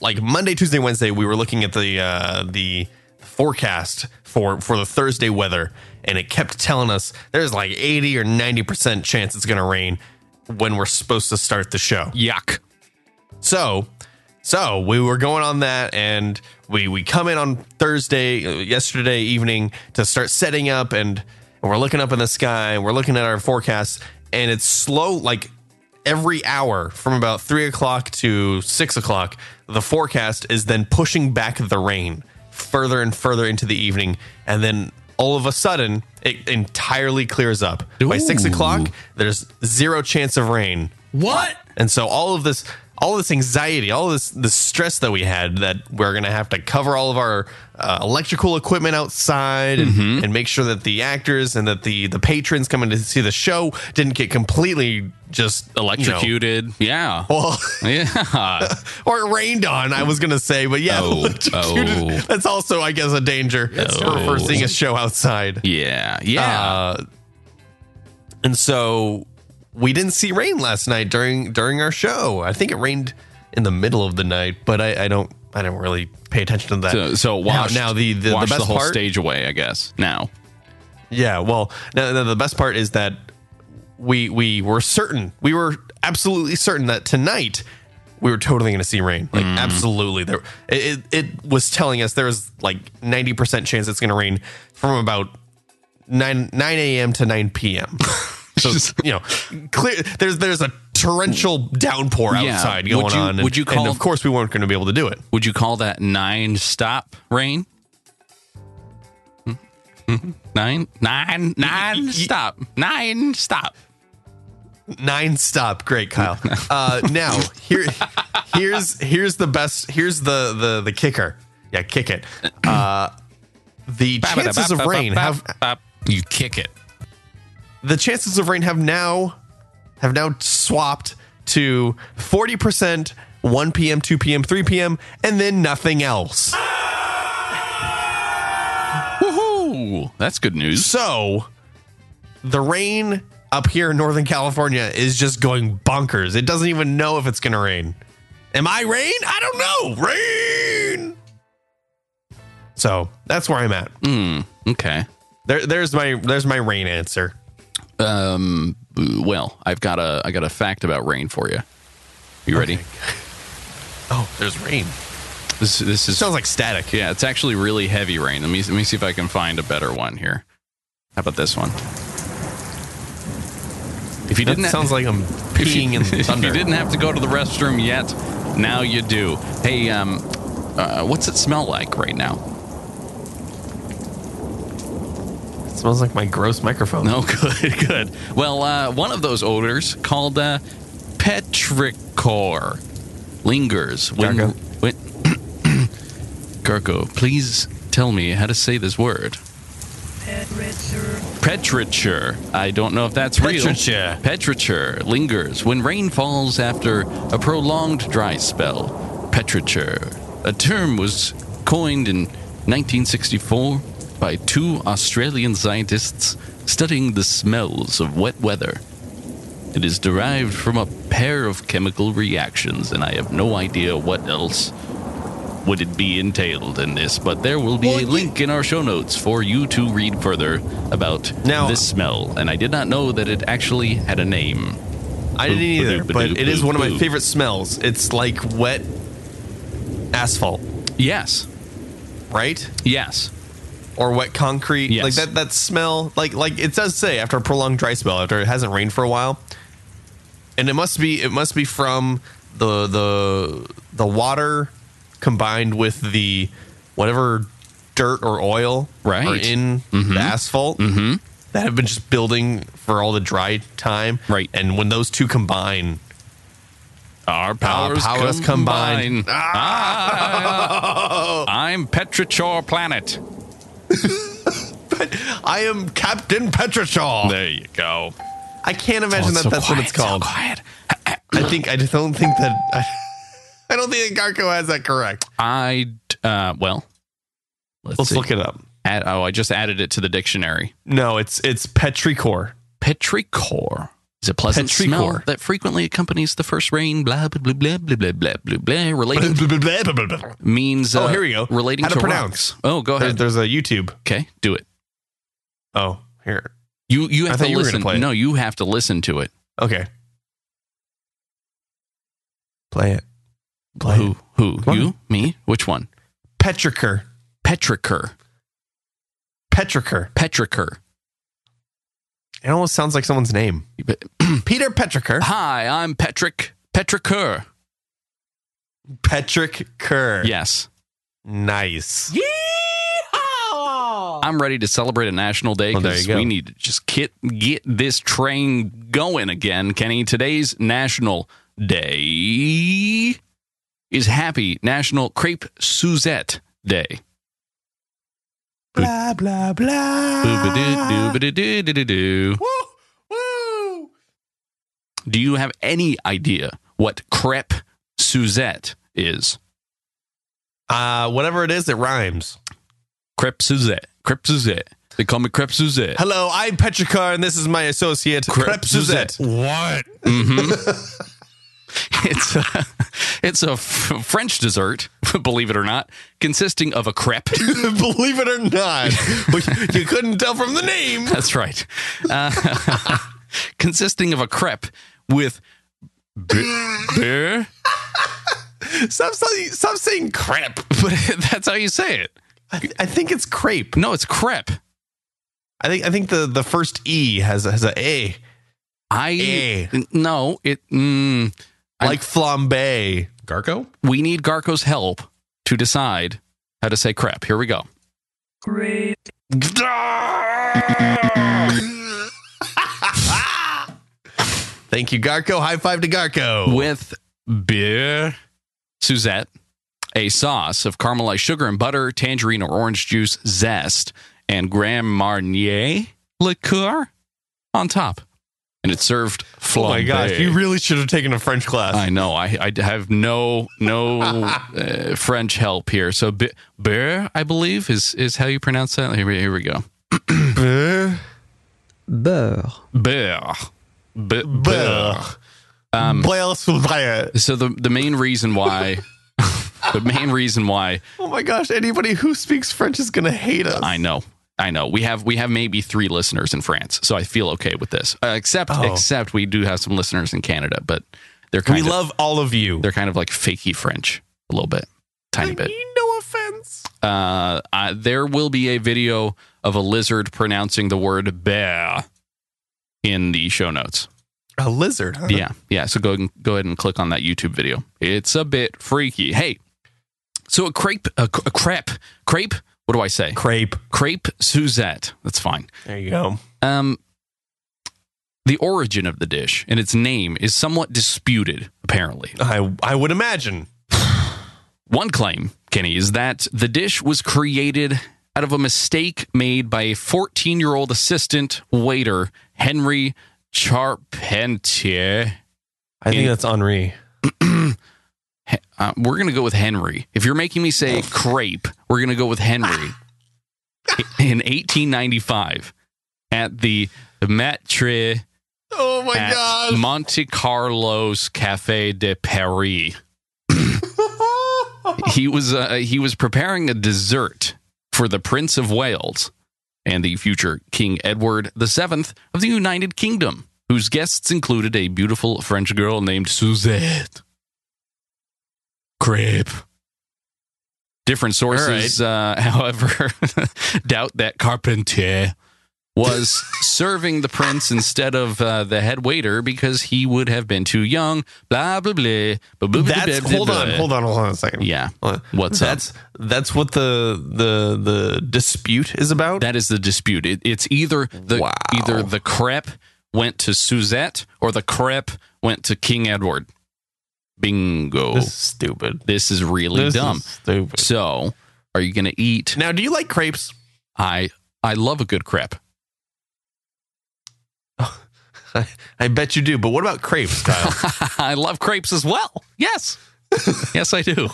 D: like Monday, Tuesday, Wednesday, we were looking at the uh, the forecast for for the Thursday weather, and it kept telling us there's like eighty or ninety percent chance it's going to rain when we're supposed to start the show.
C: Yuck.
D: So, so we were going on that, and we we come in on Thursday, uh, yesterday evening to start setting up, and, and we're looking up in the sky, and we're looking at our forecast, and it's slow, like every hour from about three o'clock to six o'clock, the forecast is then pushing back the rain further and further into the evening, and then. All of a sudden, it entirely clears up. By six
C: Ooh.
D: o'clock, there's zero chance of rain.
F: what?
D: And so all of this, all this anxiety, all this this stress that we had that we're gonna have to cover all of our uh, electrical equipment outside and,
C: Mm-hmm.
D: and make sure that the actors and that the the patrons coming to see the show didn't get completely just you know, *laughs*
C: Electrocuted. Yeah.
D: well,
C: Yeah. *laughs*
D: or rained on, I was gonna say, but yeah,
C: Oh,
D: electrocuted.
C: oh.
D: That's also, I guess, a danger for, for seeing a show outside.
C: Yeah. Yeah.
D: Uh, and so we didn't see rain last night during during our show. I think it rained in the middle of the night, but I, I don't I don't really pay attention to that.
C: so so washed,
D: now, now the the, the
C: washed
D: best
C: whole
D: part.
C: stage away, I guess. Now.
D: Yeah, well, now, now the best part is that we we were certain we were absolutely certain that tonight we were totally going to see rain.
C: Mm-hmm.
D: Like absolutely, there it, it it was telling us there was like ninety percent chance it's going to rain from about
C: *laughs*
D: nine nine a.m. to nine p.m. So you know, clear there's there's a torrential downpour
C: Yeah.
D: outside
C: Would
D: going
C: you-
D: on. And,
C: would you
D: and
C: call-
D: of course, we weren't going to be able to do it.
C: Would you call that nine stop rain? Hmm? Hmm? Nine, nine, nine stop, nine stop.
D: Nine stop, great Kyle. Uh, now here, here's here's the best. Here's the the the kicker. Yeah, kick it. Uh, the chances of rain have
F: You kick it.
D: the chances of rain have now have now swapped to 40% 1 p.m 2 p.m 3 p.m and then nothing else
C: Woohoo! That's good news.
D: so the rain up here in northern california is just going bonkers it doesn't even know if it's gonna rain am i rain i don't know rain so that's where i'm at
C: Mm. Okay.
D: there, there's my there's my rain answer
C: Um. Well, I've got a I got a fact about rain for you. You ready?
D: oh there's rain
C: This this is
D: sounds like static
C: yeah. It's actually really heavy rain. Let me let me see if I can find a better one here. How about this one? If you
D: that
C: didn't,
D: sounds like
C: *laughs*
D: i'm
C: if you,
D: peeing in
C: if
D: thunder
C: you didn't have to go to the restroom yet, now you do. Hey, um, uh, what's it smell like right now?
D: Smells like my gross
C: *laughs*
D: microphone.
C: No, good, good. Well, uh, one of those odors called uh, petrichor lingers when.
D: Gargo.
C: when *coughs* Gargo, please tell me how to say this word.
B: Ted Richard.
C: Petrichor. I don't know if that's
D: Petrichor.
C: real. Petrichor lingers when rain falls after a prolonged dry spell. Petrichor. A term was coined in 1964 by two Australian scientists studying the smells of wet weather. It is derived from a pair of chemical reactions, and I have no idea what else would it be entailed in this, but there will be a link in our show notes for you to read further about
D: Now-
C: this smell. And I did not know that it actually had a name.
D: I
C: Boop,
D: didn't either,
C: ba-doop,
D: but it is
C: ba-doop,
D: one of my
C: boop.
D: favorite smells. It's like wet asphalt,
C: Yes.
D: right?
C: Yes.
D: Or wet concrete.
C: Yes.
D: Like that that smell, like like it does say after a prolonged dry spell, after it hasn't rained for a while. And it must be it must be from the the the water combined with the whatever dirt or oil
C: Right.
D: are in the asphalt. Mm-hmm. That have been just building for all the dry time,
C: Right.
D: And when those two combine, *laughs*
C: Our powers,
D: powers
C: combine.
D: combined. *laughs*
C: Ah! I'm Petrichor Planet.
D: I am Captain Petroshaw.
C: There you go.
D: I can't Oh. imagine that that's what it's called.
C: quiet. *clears throat*
D: I think I just don't think that I, I don't think that Garko has that correct.
C: I, d- uh, well, let's,
D: Let's
C: see.
D: look it up.
C: Add- oh, I just added it to the dictionary.
D: No, it's it's petrichor.
C: petrichor is a pleasant
D: Petrichor.
C: smell that frequently accompanies the first rain. Blah blah blah blah blah blah blah blah. Related
D: There-
C: means.
D: Oh,
C: uh,
D: here we go.
C: Relating
D: How to
C: to
D: pronounce.
C: rocks. Oh, go ahead.
D: there's a YouTube.
C: okay, do it.
D: Oh, here.
C: You you have
D: thought
C: to
D: you were gonna
C: listen.
D: play it.
C: No, you have to listen to it.
D: Okay. Play it. Play
C: Who who
D: Come on.
C: you me? Which one?
D: Petrichor.
C: Petrichor.
D: Petrichor.
C: Petrichor.
D: It almost sounds like someone's name. Ah,
C: But-
D: Peter Petrichor.
C: Hi, I'm Petrick. Petrichor.
D: Patrick Kerr.
C: Yes.
D: Nice.
C: I'm ready to celebrate a national day
D: Well, there
C: because
D: you go.
C: we need to just get get this train going again, Kenny. Today's national day is Happy National Crepe Suzette Day.
D: Blah blah blah.
C: Boobadoo-doobadoo-doo-doo-doo.
D: Woo! Woo!
C: Do you have any idea what crepe Suzette is?
D: Uh, whatever it is, it rhymes.
C: Crepe Suzette. Crepe Suzette. They call me crepe Suzette.
D: Hello, I'm Petrichor, and this is my associate, Crep Suzette.
F: What?
C: Mm-hmm.
D: *laughs*
C: It's a, it's a f- French dessert, *laughs* believe it or not, consisting of a crepe. *laughs*
D: *laughs* Believe it or not, but you couldn't tell from the name.
C: That's right. Uh, *laughs* consisting of a crepe with
D: *laughs*
C: b- beer,
D: Stop, saying- stop saying crep.
C: but *laughs* that's how you say it.
D: I, th- I think it's crepe.
C: No, it's crepe.
D: I think I think the, the first E has a, has a A.
C: I
D: Eh.
C: n- no, it mm, I'm-
D: Like flambe.
F: Garco?
C: we need Garko's help to decide how to say crap. Here we go.
B: Great.
D: Thank you, Garco. High five to Garco.
C: With beer Suzette, a sauce of caramelized sugar and butter, tangerine or orange juice zest, and Grand Marnier liqueur on top. And it's served
D: oh
C: flambe.
D: my gosh, you really should have taken a French class.
C: I know. I, I have no
D: *laughs*
C: no uh, French help here. So be- beer, I believe, is is how you pronounce that. Here we, here we go.
D: Bleh.
C: Beer. Be- beer.
D: Bleh.
C: Um,
D: Boils for fire.
C: So the the main reason why the main reason why
D: Oh my gosh, anybody who speaks French is going to hate us.
C: I know I know we have we have maybe three listeners in France, so I feel okay with this. Uh, except
D: Oh.
C: except we do have some listeners in Canada, but they're
D: we
C: kind of
D: love all of you.
C: they're kind of like fakey French a little bit, tiny bit.
D: no offense.
C: uh, I- there will be a video of a lizard pronouncing the word bear in the show notes.
D: A lizard, huh?
C: Yeah, yeah. So go and go ahead and click on that YouTube video. It's a bit freaky. Hey, so a crepe, a, cr- a crepe, crepe. What do I say?
D: Crepe.
C: Crepe Suzette. That's fine.
D: There you go.
C: Um, the origin of the dish and its name is somewhat disputed. Apparently,
D: I I would imagine.
C: One claim, Kenny, is that the dish was created out of a mistake made by a 14 year old assistant waiter, Henry Charpentier.
D: I
C: think
D: that's Henri.
C: Uh, we're going to go with Henry. If you're making me say crepe, we're going to go with Henry.
D: Ah.
C: *laughs* In 1895, at the Maitre
D: Oh my
C: at
D: gosh. *laughs*
C: Monte Carlo's Cafe de Paris. he was uh, he was preparing a dessert for the Prince of Wales and the future King Edward VII of the United Kingdom, whose guests included a beautiful French girl named Suzette. Crepe. Different sources, uh, *laughs* however, doubt that Carpentier was
D: *laughs*
C: serving the prince instead of uh, the head waiter because he would have been too young. Blah blah blah. blah, blah
D: That's
C: blah, blah,
D: hold on,
C: blah.
D: hold on, hold on a second.
C: Yeah,
D: What?
C: What's up?
D: that's that's what the the the dispute is about.
C: that is the dispute. It, it's either the
D: Wow.
C: either the crepe went to Suzette or the crepe went to King Edward. Bingo.
D: This is
C: This,
D: stupid.
C: is really
D: This
C: dumb.
D: is stupid.
C: So, are you going to eat?
D: Now, do you like crepes?
C: I I love a good crepe.
D: I, I bet you do. But what about crepes, Kyle?
C: I love *laughs* crepes as
D: *laughs*
C: well. Yes, yes I do.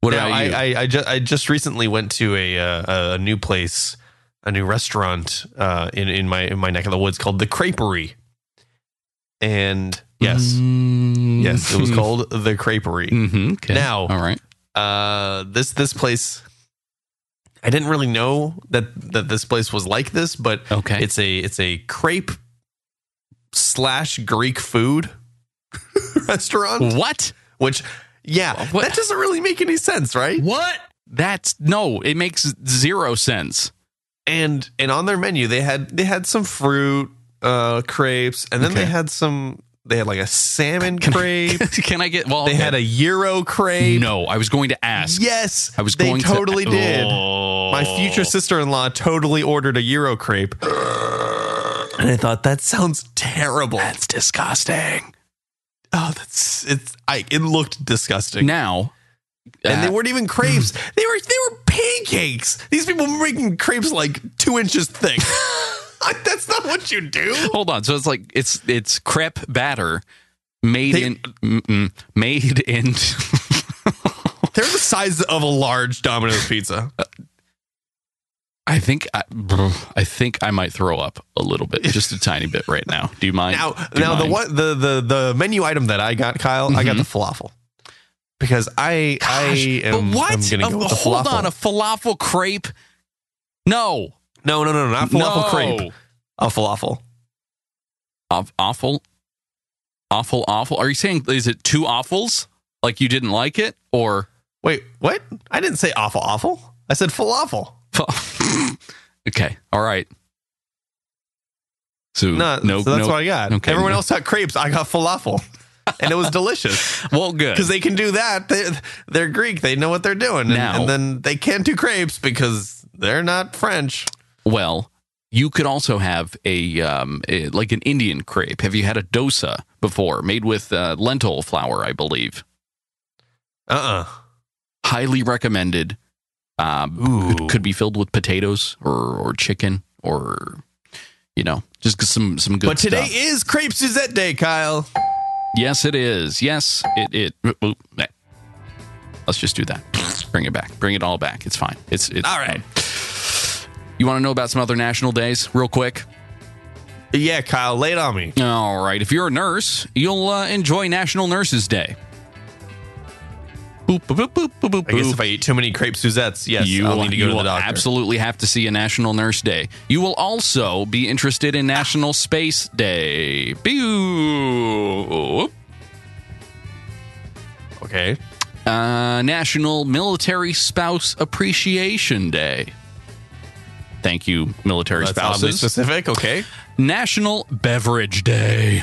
C: What
D: Now,
C: about you?
D: I, I, I, just, I just recently went to a uh, a new place, a new restaurant uh, in in my in my neck of the woods called the Creperie, and yes,
C: Mm.
D: yes,
C: *laughs*
D: it was called the Creperie.
C: Mm-hmm. Okay.
D: Now-
C: all right.
D: Uh, this this place, I didn't really know that that this place was like this, but
C: Okay.
D: it's a it's a crepe slash Greek food *laughs* restaurant,
C: what?
D: which yeah,
C: What?
D: that doesn't really make any sense, right?
C: What? That's no. It makes zero sense.
D: and and on their menu they had they had some fruit uh crepes and then
C: Okay.
D: they had some they had like a salmon crepe
C: *laughs* Can I get? Well,
D: they
C: okay.
D: had a euro crepe
C: No, I was going to ask.
D: yes
C: I was
D: they
C: going to-
D: totally did
C: Oh.
D: my future sister-in-law totally ordered a euro crepe and i thought that sounds terrible
C: That's disgusting.
D: oh that's it's i it looked disgusting
C: Now,
D: and they
C: uh,
D: weren't even crepes they were they were pancakes these people were making crepes like two inches
C: *laughs*
D: thick that's not what you do
C: hold on. So it's like it's it's crepe batter made
D: They-
C: in mm-mm, made in. *laughs*
D: They're the size of a large Domino's
C: *laughs*
D: pizza.
C: I think I, I think I might throw up a little bit, just a tiny bit right now. Do you mind?
D: Now,
C: Do you
D: now the
C: mind? Mhm.
D: one the the the menu item that I got, Kyle, I got the falafel because I I am.
C: but what?
D: I'm gonna go
C: A-
D: with the
C: hold
D: falafel.
C: on, a falafel crepe? No,
D: no, no, no, not falafel
C: no.
D: crepe. A falafel.
C: Aw- awful, awful, awful. Are you saying is it two awfuls? Like you didn't like it, or *laughs*
D: Wait, what? I didn't say awful, awful. I said falafel.
C: okay, all right. So
D: No,
C: nope,
D: so that's
C: nope.
D: what I got.
C: Okay,
D: Everyone
C: no.
D: else got crepes. I got falafel, and it
C: *laughs*
D: was delicious
C: Well, good.
D: because they can do that. They, they're Greek. They know what they're doing. And,
C: Now-
D: and then they can't do crepes because they're not French.
C: Well, you could also have a, um, a- like an Indian crepe. Have you had a dosa before, made with uh, lentil flour, I believe?
D: Uh uh
C: Highly recommended. Um,
D: Ooh.
C: could, could be filled with potatoes or or chicken or you know just some some good.
D: But today
C: stuff.
D: is Crepe Suzette Day, Kyle.
C: yes, it is. Yes, it it. oop, oop, eh. Let's just do that. Bring it back. Bring it all back. It's fine. It's it's
D: All right.
C: You want to know about some other national days, real quick?
D: Yeah, Kyle, lay it on me.
C: All right. If you're a nurse, you'll uh, enjoy National Nurses Day. Boop, boop, boop, boop, boop, boop,
D: I guess
C: boop.
D: if I eat too many crepe Suzettes, yes,
C: you
D: I'll
C: will,
D: need to
C: you
D: go to the
C: will
D: doctor.
C: absolutely have to see a National Nurse Day. You will also be interested in National Space Day. Boop.
D: Okay.
C: Uh, National Military Spouse Appreciation Day. Thank you, military
D: That's oddly
C: spouses.
D: specific. Okay.
C: National Beverage Day.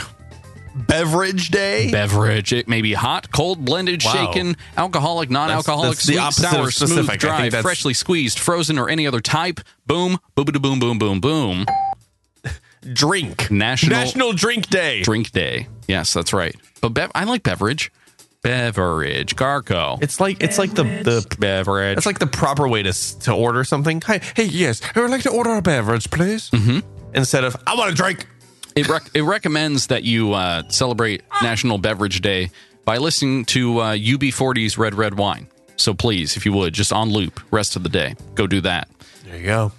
D: Beverage Day.
C: beverage. It may be hot, cold, blended,
D: Wow.
C: shaken, alcoholic, non-alcoholic,
D: that's the
C: sweet,
D: opposite
C: sour,
D: of
C: smooth,
D: specific. I
C: dry,
D: think that's-
C: freshly squeezed, frozen, or any other type. Boom, boobity boom, boom, boom, boom.
D: drink.
C: National-
D: National Drink Day.
C: Drink day. Yes, that's right. But bev- I like beverage. Beverage. Garco.
D: It's like it's like the the
C: beverage.
D: it's like the proper way to s- to order something. Hi, hey, yes, I would like to order a beverage, please. Mm-hmm. Instead of I want a drink.
C: It, rec- it recommends that you uh, celebrate National Beverage Day by listening to uh, UB40's Red Red Wine. So please, if you would, just on loop rest of the day. Go do that.
D: There you go.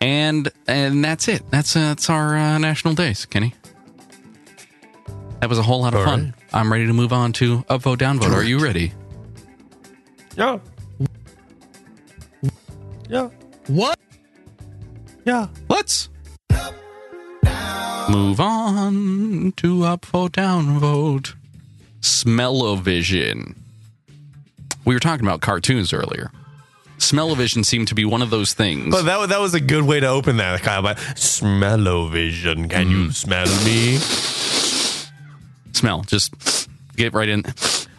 C: and and that's it. That's uh, that's our uh, national days, Kenny. That was a whole lot of fun. I'm ready to move on to upvote, downvote. Are you ready?
D: Yeah. Yeah.
C: What?
D: Yeah.
C: Let's move on to upvote, downvote. Smell-o-vision. We were talking about cartoons earlier. Smell-o-vision seemed to be one of those things.
D: But that wa- that was a good way to open that, Kyle. By smell-o-vision. Can
C: Mm-hmm.
D: you smell me?
C: Smell, just get right in.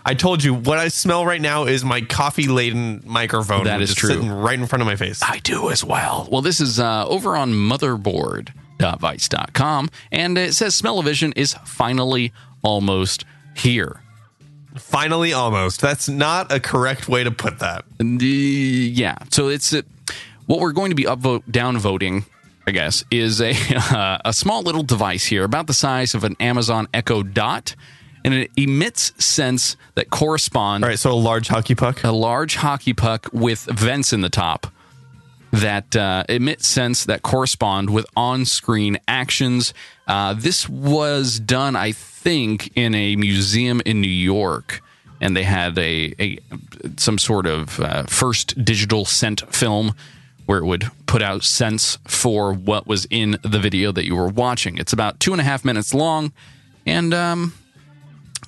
D: I told you what I smell right now is my coffee-laden microphone.
C: That
D: which
C: is true. Ah.
D: Sitting right in front of my face.
C: I do as well. Well, this is uh, over on motherboard.vice.com, and it says Smell-O-Vision is finally almost here.
D: Finally, almost. That's not a correct way to put that.
C: And, uh, yeah, so it's uh, what we're going to be upvote downvoting, I guess, is a *laughs* uh, a small little device here about the size of an Amazon Echo Dot, and it emits scents that correspond
D: All right, so a large hockey puck.
C: a large hockey puck with vents in the top that uh, emit scents that correspond with on-screen actions. Uh, this was done, I think, in a museum in New York, and they had a, a some sort of uh, first digital scent film where it would put out scents for what was in the video that you were watching. It's about two and a half minutes long, and um,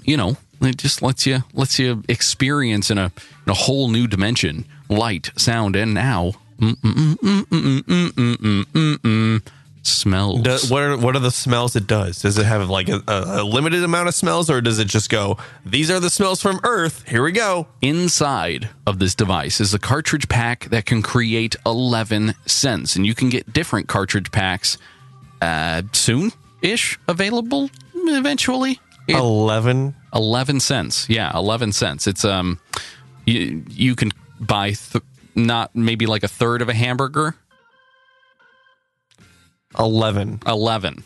C: you know, it just lets you lets you experience in a in a whole new dimension light, sound, and now smells.
D: Do- what are what are the smells it does? Does it have like a, a, a limited amount of smells, or does it just go? These are the smells from Earth. Here we go.
C: Inside of this device is a cartridge pack that can create 11 cents, and you can get different cartridge packs uh, soon ish available eventually.
D: Eleven.
C: 11 cents. Yeah, 11 cents. It's um you, you can buy th- not maybe like a third of a hamburger
D: Eleven.
C: 11.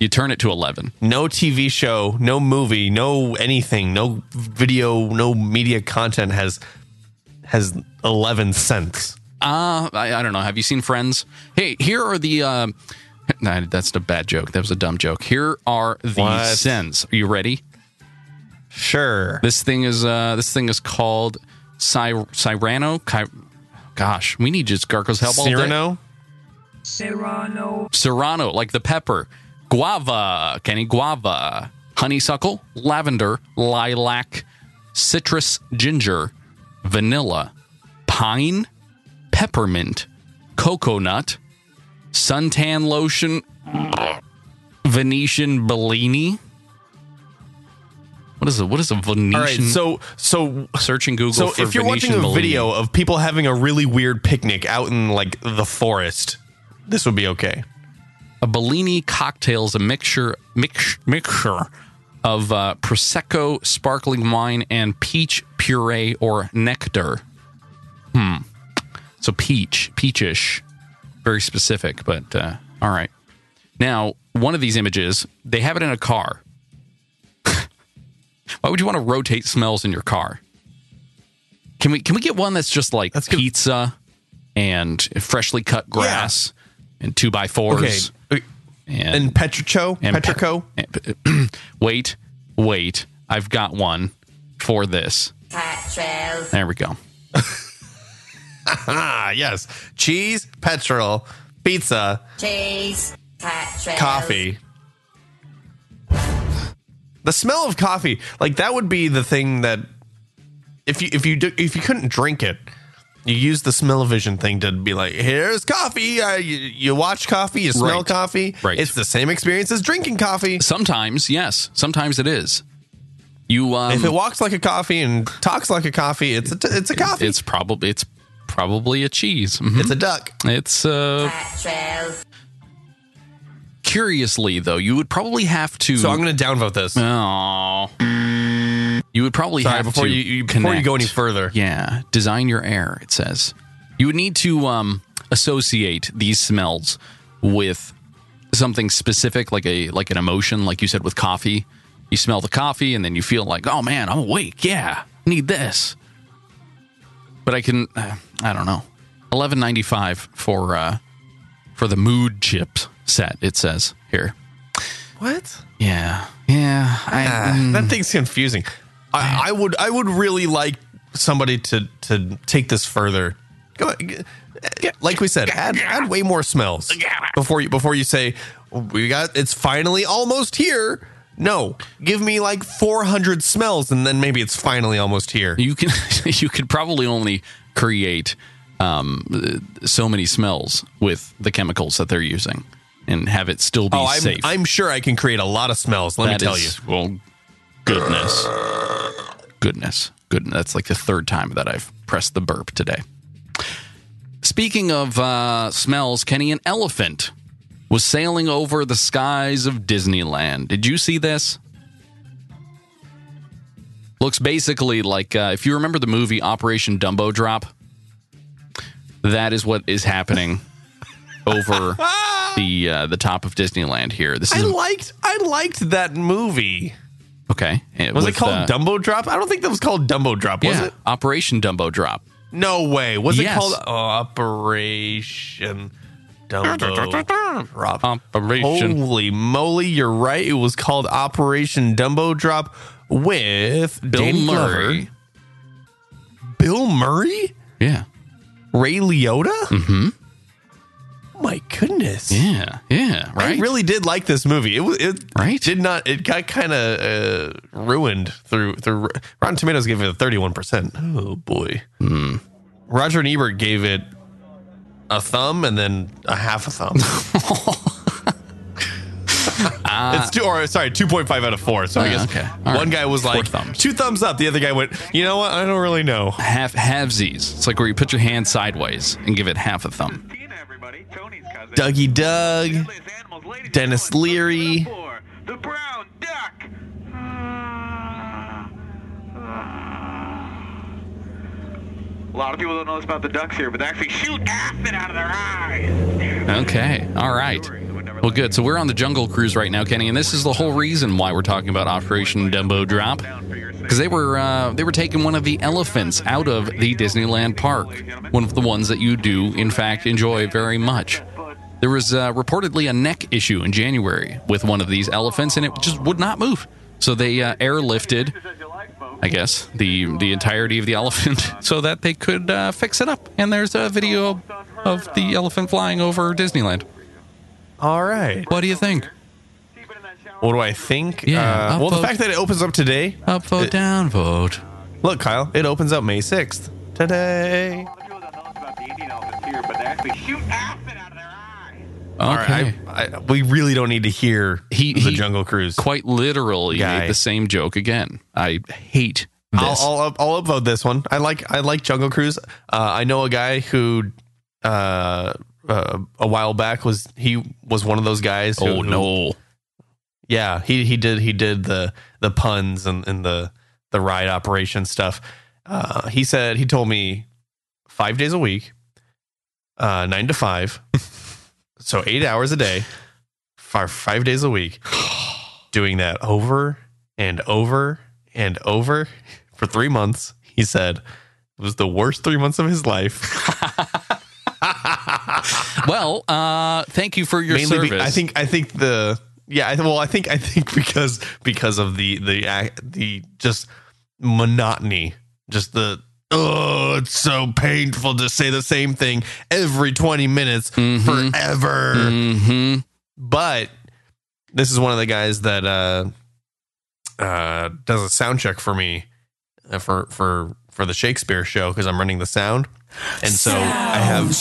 C: You turn it to 11.
D: No TV show, no movie, no anything, no video, no media content has has eleven cents.
C: Uh, I, I don't know. Have you seen Friends? Hey, here are the. Uh, nah, that's a bad joke. That was a dumb joke. Here are the
D: What?
C: sins. Are you ready?
D: Sure.
C: This thing is uh, this thing is called Cy- Cyrano. Cy- Gosh, we need just Garco's help. all day.
D: Cyrano.
B: Serrano.
C: Serrano, like the pepper, guava, Kenny, guava, honeysuckle, lavender, lilac, citrus, ginger, vanilla, pine, peppermint, coconut, suntan lotion, Venetian Bellini. What is a what is a Venetian?
D: All right, so so
C: searching Google.
D: so
C: for
D: if you're
C: Venetian
D: watching a
C: Bellini.
D: video of people having a really weird picnic out in like the forest, this would be okay.
C: a Bellini cocktail is a mixture mix, mixture of uh, prosecco, sparkling wine, and peach puree or nectar. Hmm. So peach, peachish, very specific. But uh, all right. Now, one of these images, they have it in a car. *laughs* Why would you want to rotate smells in your car? Can we can we get one that's just like
D: That's good.
C: pizza and freshly cut grass and two by fours?
D: Okay.
C: and,
D: And Petricho,
C: and
D: Petrico.
C: pe- wait, wait. I've got one for this. There we go.
D: ah, yes. Cheese, petrol, pizza,
G: Cheese.
D: coffee. The smell of coffee, like that would be the thing that if you if you do, if you couldn't drink it, you use the smell vision thing to be like, here's coffee. Uh, you, you watch coffee, you smell
C: Right.
D: coffee.
C: Right.
D: It's the same experience as drinking coffee.
C: Sometimes, yes. Sometimes it is. You um,
D: if it walks like a coffee and talks like a coffee, it's a t- it's a coffee.
C: it's mm-hmm. probably it's probably a cheese. *laughs* Mhm.
D: it's a duck.
C: It's uh curiously though, you would probably have to
D: So I'm going to downvote this.
C: Uh, Aw. You would probably
D: Sorry,
C: have
D: before
C: to
D: you, you before you go any
C: connect.
D: further.
C: Yeah, design your air. It says you would need to um, associate these smells with something specific, like a like an emotion, like you said with coffee. You smell the coffee, and then you feel like, oh man, I'm awake. Yeah, need this. But I can, uh, I don't know, eleven ninety five for uh, for the mood chip set. It says here.
D: What?
C: Yeah, yeah. I, mm,
D: That thing's confusing. I, I would I would really like somebody to to take this further. Go ahead. like we said, add, add way more smells before you before you say we got it's finally almost here. No, give me like 400 smells and then maybe it's finally almost here.
C: you can *laughs* you could probably only create um, uh, so many smells with the chemicals that they're using and have it still be
D: Oh, I'm
C: safe.
D: I'm sure I can create a lot of smells. Let
C: That
D: me tell
C: is- Well, goodness, goodness, goodness. That's like the third time that I've pressed the burp today. Speaking of uh, smells, Kenny, an elephant was sailing over the skies of Disneyland. Did you see this? Looks basically like uh, if you remember the movie Operation Dumbo Drop. That is what is happening
D: *laughs*
C: over the uh, the top of Disneyland here. This
D: you. Ah, I
C: is
D: liked I liked that movie.
C: Okay. eh, uh,
D: Was it called Dumbo Drop? I don't think that was called Dumbo Drop, was
C: yeah,
D: it?
C: Operation Dumbo Drop.
D: No way. Was
C: Yes.
D: it called Operation Dumbo Drop?
C: Operation.
D: Holy moly, you're right. It was called Operation Dumbo Drop with
C: Bill
D: Danny Glover.
C: Murray.
D: Bill Murray?
C: Yeah.
D: Ray Liotta? Mm-hmm. My goodness.
C: Yeah. Yeah. Right.
D: I really did like this movie. It wa- it
C: Right?
D: did not it got kind of uh, ruined through through Rotten Tomatoes gave it a 31%. Oh boy. Roger and Ebert gave it a thumb and then a half
C: *laughs*
D: a thumb. it's two or sorry, 2.5 out of 4. So I
C: Ah,
D: guess
C: Uh, okay. All right.
D: one guy was
C: Four
D: like
C: thumbs.
D: two thumbs up. The other guy went, "You know what? I don't really
C: *laughs*
D: know."
C: half halvesies. It's like where you put your hand sideways and give it half a thumb.
H: Tina, everybody, Tony's cousin.
D: Dougie Doug.
H: Deadliest animals, ladies and
D: Dennis
H: gentlemen, look
D: Leary.
H: out for The brown duck. A lot of people don't know this about the ducks here, but they actually shoot acid out of their eyes.
C: Okay. All right. Well, good. So we're on the Jungle Cruise right now, Kenny, and this is the whole reason why we're talking about Operation Dumbo Drop because they were uh, they were taking one of the elephants out of the Disneyland park, one of the ones that you do in fact enjoy very much. There was uh, reportedly a neck issue in January with one of these elephants, and it just would not move. So they uh, airlifted, I guess, the the entirety of the elephant *laughs* so that they could uh, fix it up. And there's a video of the elephant flying over Disneyland.
D: All right.
C: What do you think?
D: What do I think?
C: Yeah,
D: Uh, well, the
C: upvote.
D: fact that it opens up today,
C: Upvote, downvote.
D: Look, Kyle, it opens up May 6th. Today.
H: A lot of people don't know this about the Indian elephants here, but they actually shoot acid out of their eyes.
D: All right, I, I, we really don't need to hear
C: He-
D: the
C: he-
D: Jungle Cruise.
C: Quite literally
D: Guy.
C: made the same joke again. I hate this.
D: I'll, I'll, up- I'll upvote this one. I like I like Jungle Cruise. Uh, I know a guy who uh, uh, a while back was he was one of those guys. Who,
C: oh
D: who-
C: no.
D: yeah, he he did he did the the puns and, and the the ride operation stuff. Uh, he said he told me five days a week, uh, nine to five, so eight hours a day, five five days a week, doing that over and over and over for three months. He said it was the worst three months of his life.
C: Well, uh, thank you for your
D: be-
C: service.
D: I think I think the yeah. I, well, I think I think *laughs* because because of the the ac- the just monotony, just the oh, it's so painful to say the same thing every twenty minutes
C: Mhm.
D: forever.
C: hmm
D: But this is one of the guys that uh uh does a sound check for me uh, for for for the Shakespeare show because I'm running the sound, and so I have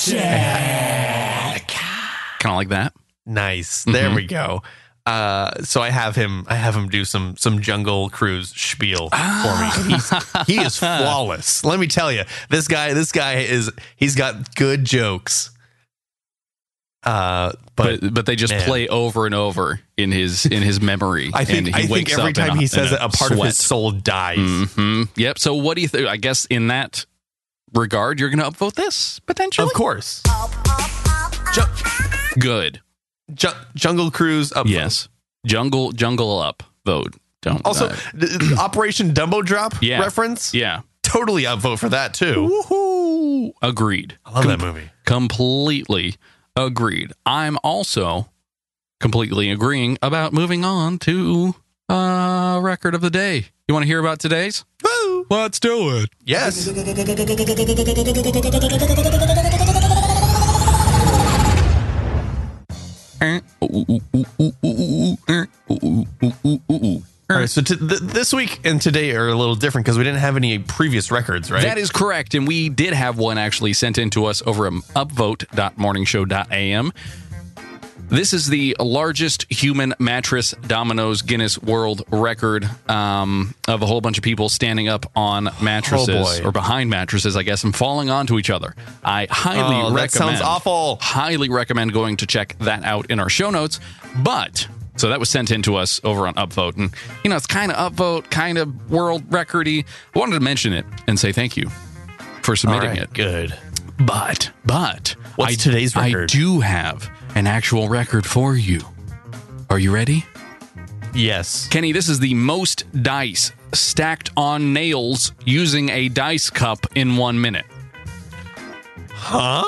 C: Kind of like that.
D: Nice.
C: Mm-hmm.
D: There we go. Uh, so I have him. I have him do some some jungle cruise spiel for me. He's,
C: Ah.
D: he
C: *laughs*
D: is flawless. Let me tell you, this guy. This guy is. He's got good jokes. Uh, but,
C: But but they just
D: man.
C: play over and over in his in his memory.
D: *laughs* I think
C: and
D: I think every time he says it, a part of his
C: sweat.
D: soul dies.
C: hmm Yep. So what do you think? I guess in that regard, you're going to upvote this potentially.
D: Of course,
C: Good.
D: Ju- Jungle Cruise. Up
C: Yes. Jungle jungle up vote. Don't
D: Also,
C: uh,
D: the-
C: *clears throat*
D: the Operation Dumbo Drop
C: Yeah.
D: reference.
C: yeah.
D: Totally upvote for that too.
C: Woohoo! Agreed.
D: I love that movie.
C: Completely agreed. I'm also completely agreeing about moving on to uh record of the day. You want to hear about today's?
D: Woo!
C: Let's do it.
D: Yes. All right, so t- th- this week and today are a little different because we didn't have any previous records, right?
C: That is correct. And we did have one actually sent in to us over at upvote.morningshow.am. This is the largest human mattress dominoes Guinness World Record um, of a whole bunch of people standing up on mattresses
D: Oh, boy.
C: or behind mattresses, I guess, and falling onto each other. I highly
D: Oh,
C: recommend.
D: that sounds awful.
C: Highly recommend going to check that out in our show notes. But so that was sent in to us over on Upvote, and you know it's kind of Upvote, kind of world recordy. I wanted to mention it and say thank you for
D: All
C: submitting
D: right,
C: it.
D: Good.
C: But but
D: What's
C: I,
D: today's
C: I
D: record?
C: do have an actual record for you. Are you ready?
D: Yes.
C: Kenny, this is the most dice stacked on nails using a dice cup in 1 minute.
D: Huh?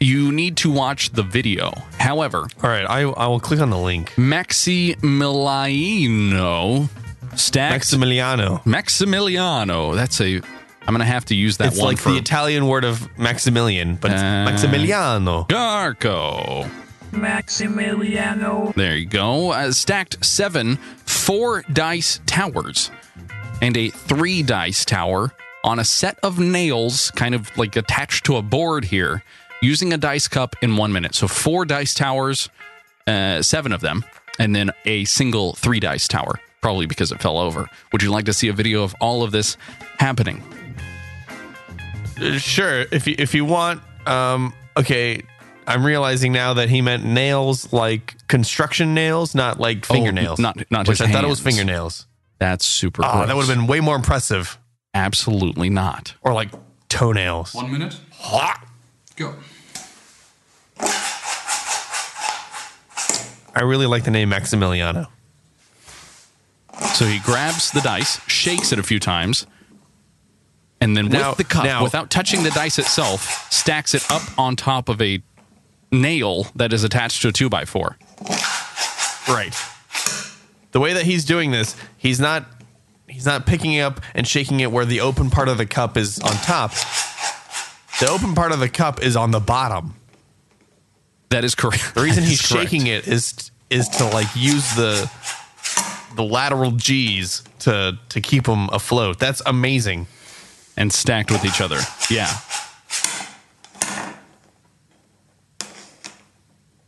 C: You need to watch the video. However,
D: All right, I, I will click on the link.
C: Maximiliano stacked
D: Maximiliano.
C: Maximiliano. That's a I'm going to have to use that
D: it's
C: one
D: like
C: for
D: the Italian word of Maximilian, but it's
C: Uh,
D: Maximiliano.
C: Garco.
B: Maximiliano.
C: There you go. Uh, stacked seven four dice towers and a three dice tower on a set of nails, kind of like attached to a board here, using a dice cup in one minute. So four dice towers, uh, seven of them, and then a single three dice tower, probably because it fell over. Would you like to see a video of all of this happening?
D: Uh, Sure, if you, if you want. Um, okay, I'm realizing now that he meant nails like construction nails, not like fingernails.
C: Oh, not- not
D: Which
C: his
D: I thought it was
C: hands.
D: fingernails.
C: That's super.
D: Oh, that
C: gross.
D: would have been way more impressive.
C: absolutely not.
D: Or like toenails.
F: One minute. Go.
D: I really like the name Maximiliano.
C: So he grabs the dice, shakes it a few times, and then
D: Now-
C: with the cup,
D: now-
C: without touching the dice itself, stacks it up on top of a nail that is attached to a two by four.
D: Right. The way that he's doing this, he's not he's not picking it up and shaking it where the open part of the cup is on top. The open part of the cup is on the bottom.
C: That is correct.
D: The reason he's shaking it is is to like use the the lateral G's to to keep him afloat. That's amazing.
C: and stacked with each other. Yeah.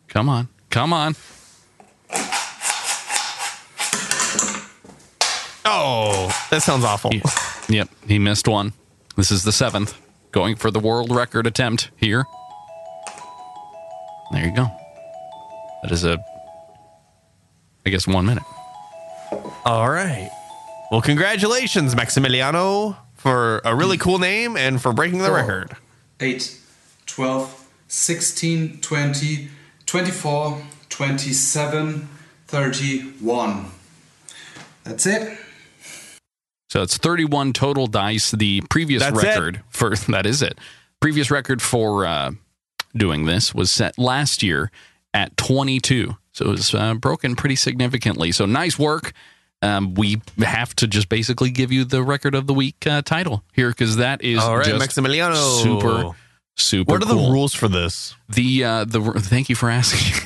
C: Come on. Come on.
D: Oh, that sounds awful.
C: Yep, he missed one. This is the seventh. Going for the world record attempt here. There you go. That is a, I guess, one minute.
D: All right. Well, congratulations, Maximiliano, for a really cool name and for breaking the
F: Cool.
D: record.
F: 8, 12, 16, 20, 24, 27, 31. That's it.
C: So it's 31 total dice. The previous
D: That's it.
C: record for *laughs* that is it. Previous record for uh, doing this was set last year at 22. So it was uh, broken pretty significantly. So nice work. Um, we have to just basically give you the record of the week uh, title here because that is
D: All right,
C: just
D: Maximiliano.
C: super super.
D: What are
C: cool.
D: the rules for this?
C: The uh, the thank you for asking.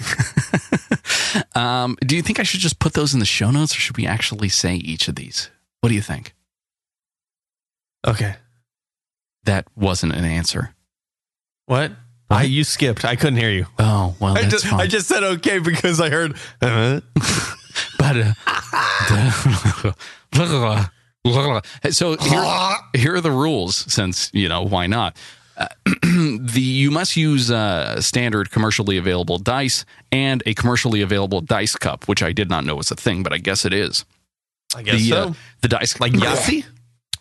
C: *laughs* um, do you think I should just put those in the show notes, or should we actually say each of these? What do you think?
D: Okay.
C: That wasn't an answer.
D: What? I you skipped. I couldn't hear you.
C: Oh well,
D: I
C: that's
D: just,
C: fine.
D: I just said okay because I heard. Uh,
C: but
D: *laughs*
C: uh, so here, here are the rules. Since you know why not. Uh, *clears throat* the you must use uh, standard commercially available dice and a commercially available dice cup, which I did not know was a thing, but I guess it is.
D: I
C: The uh, the dice
D: like Yahtzee?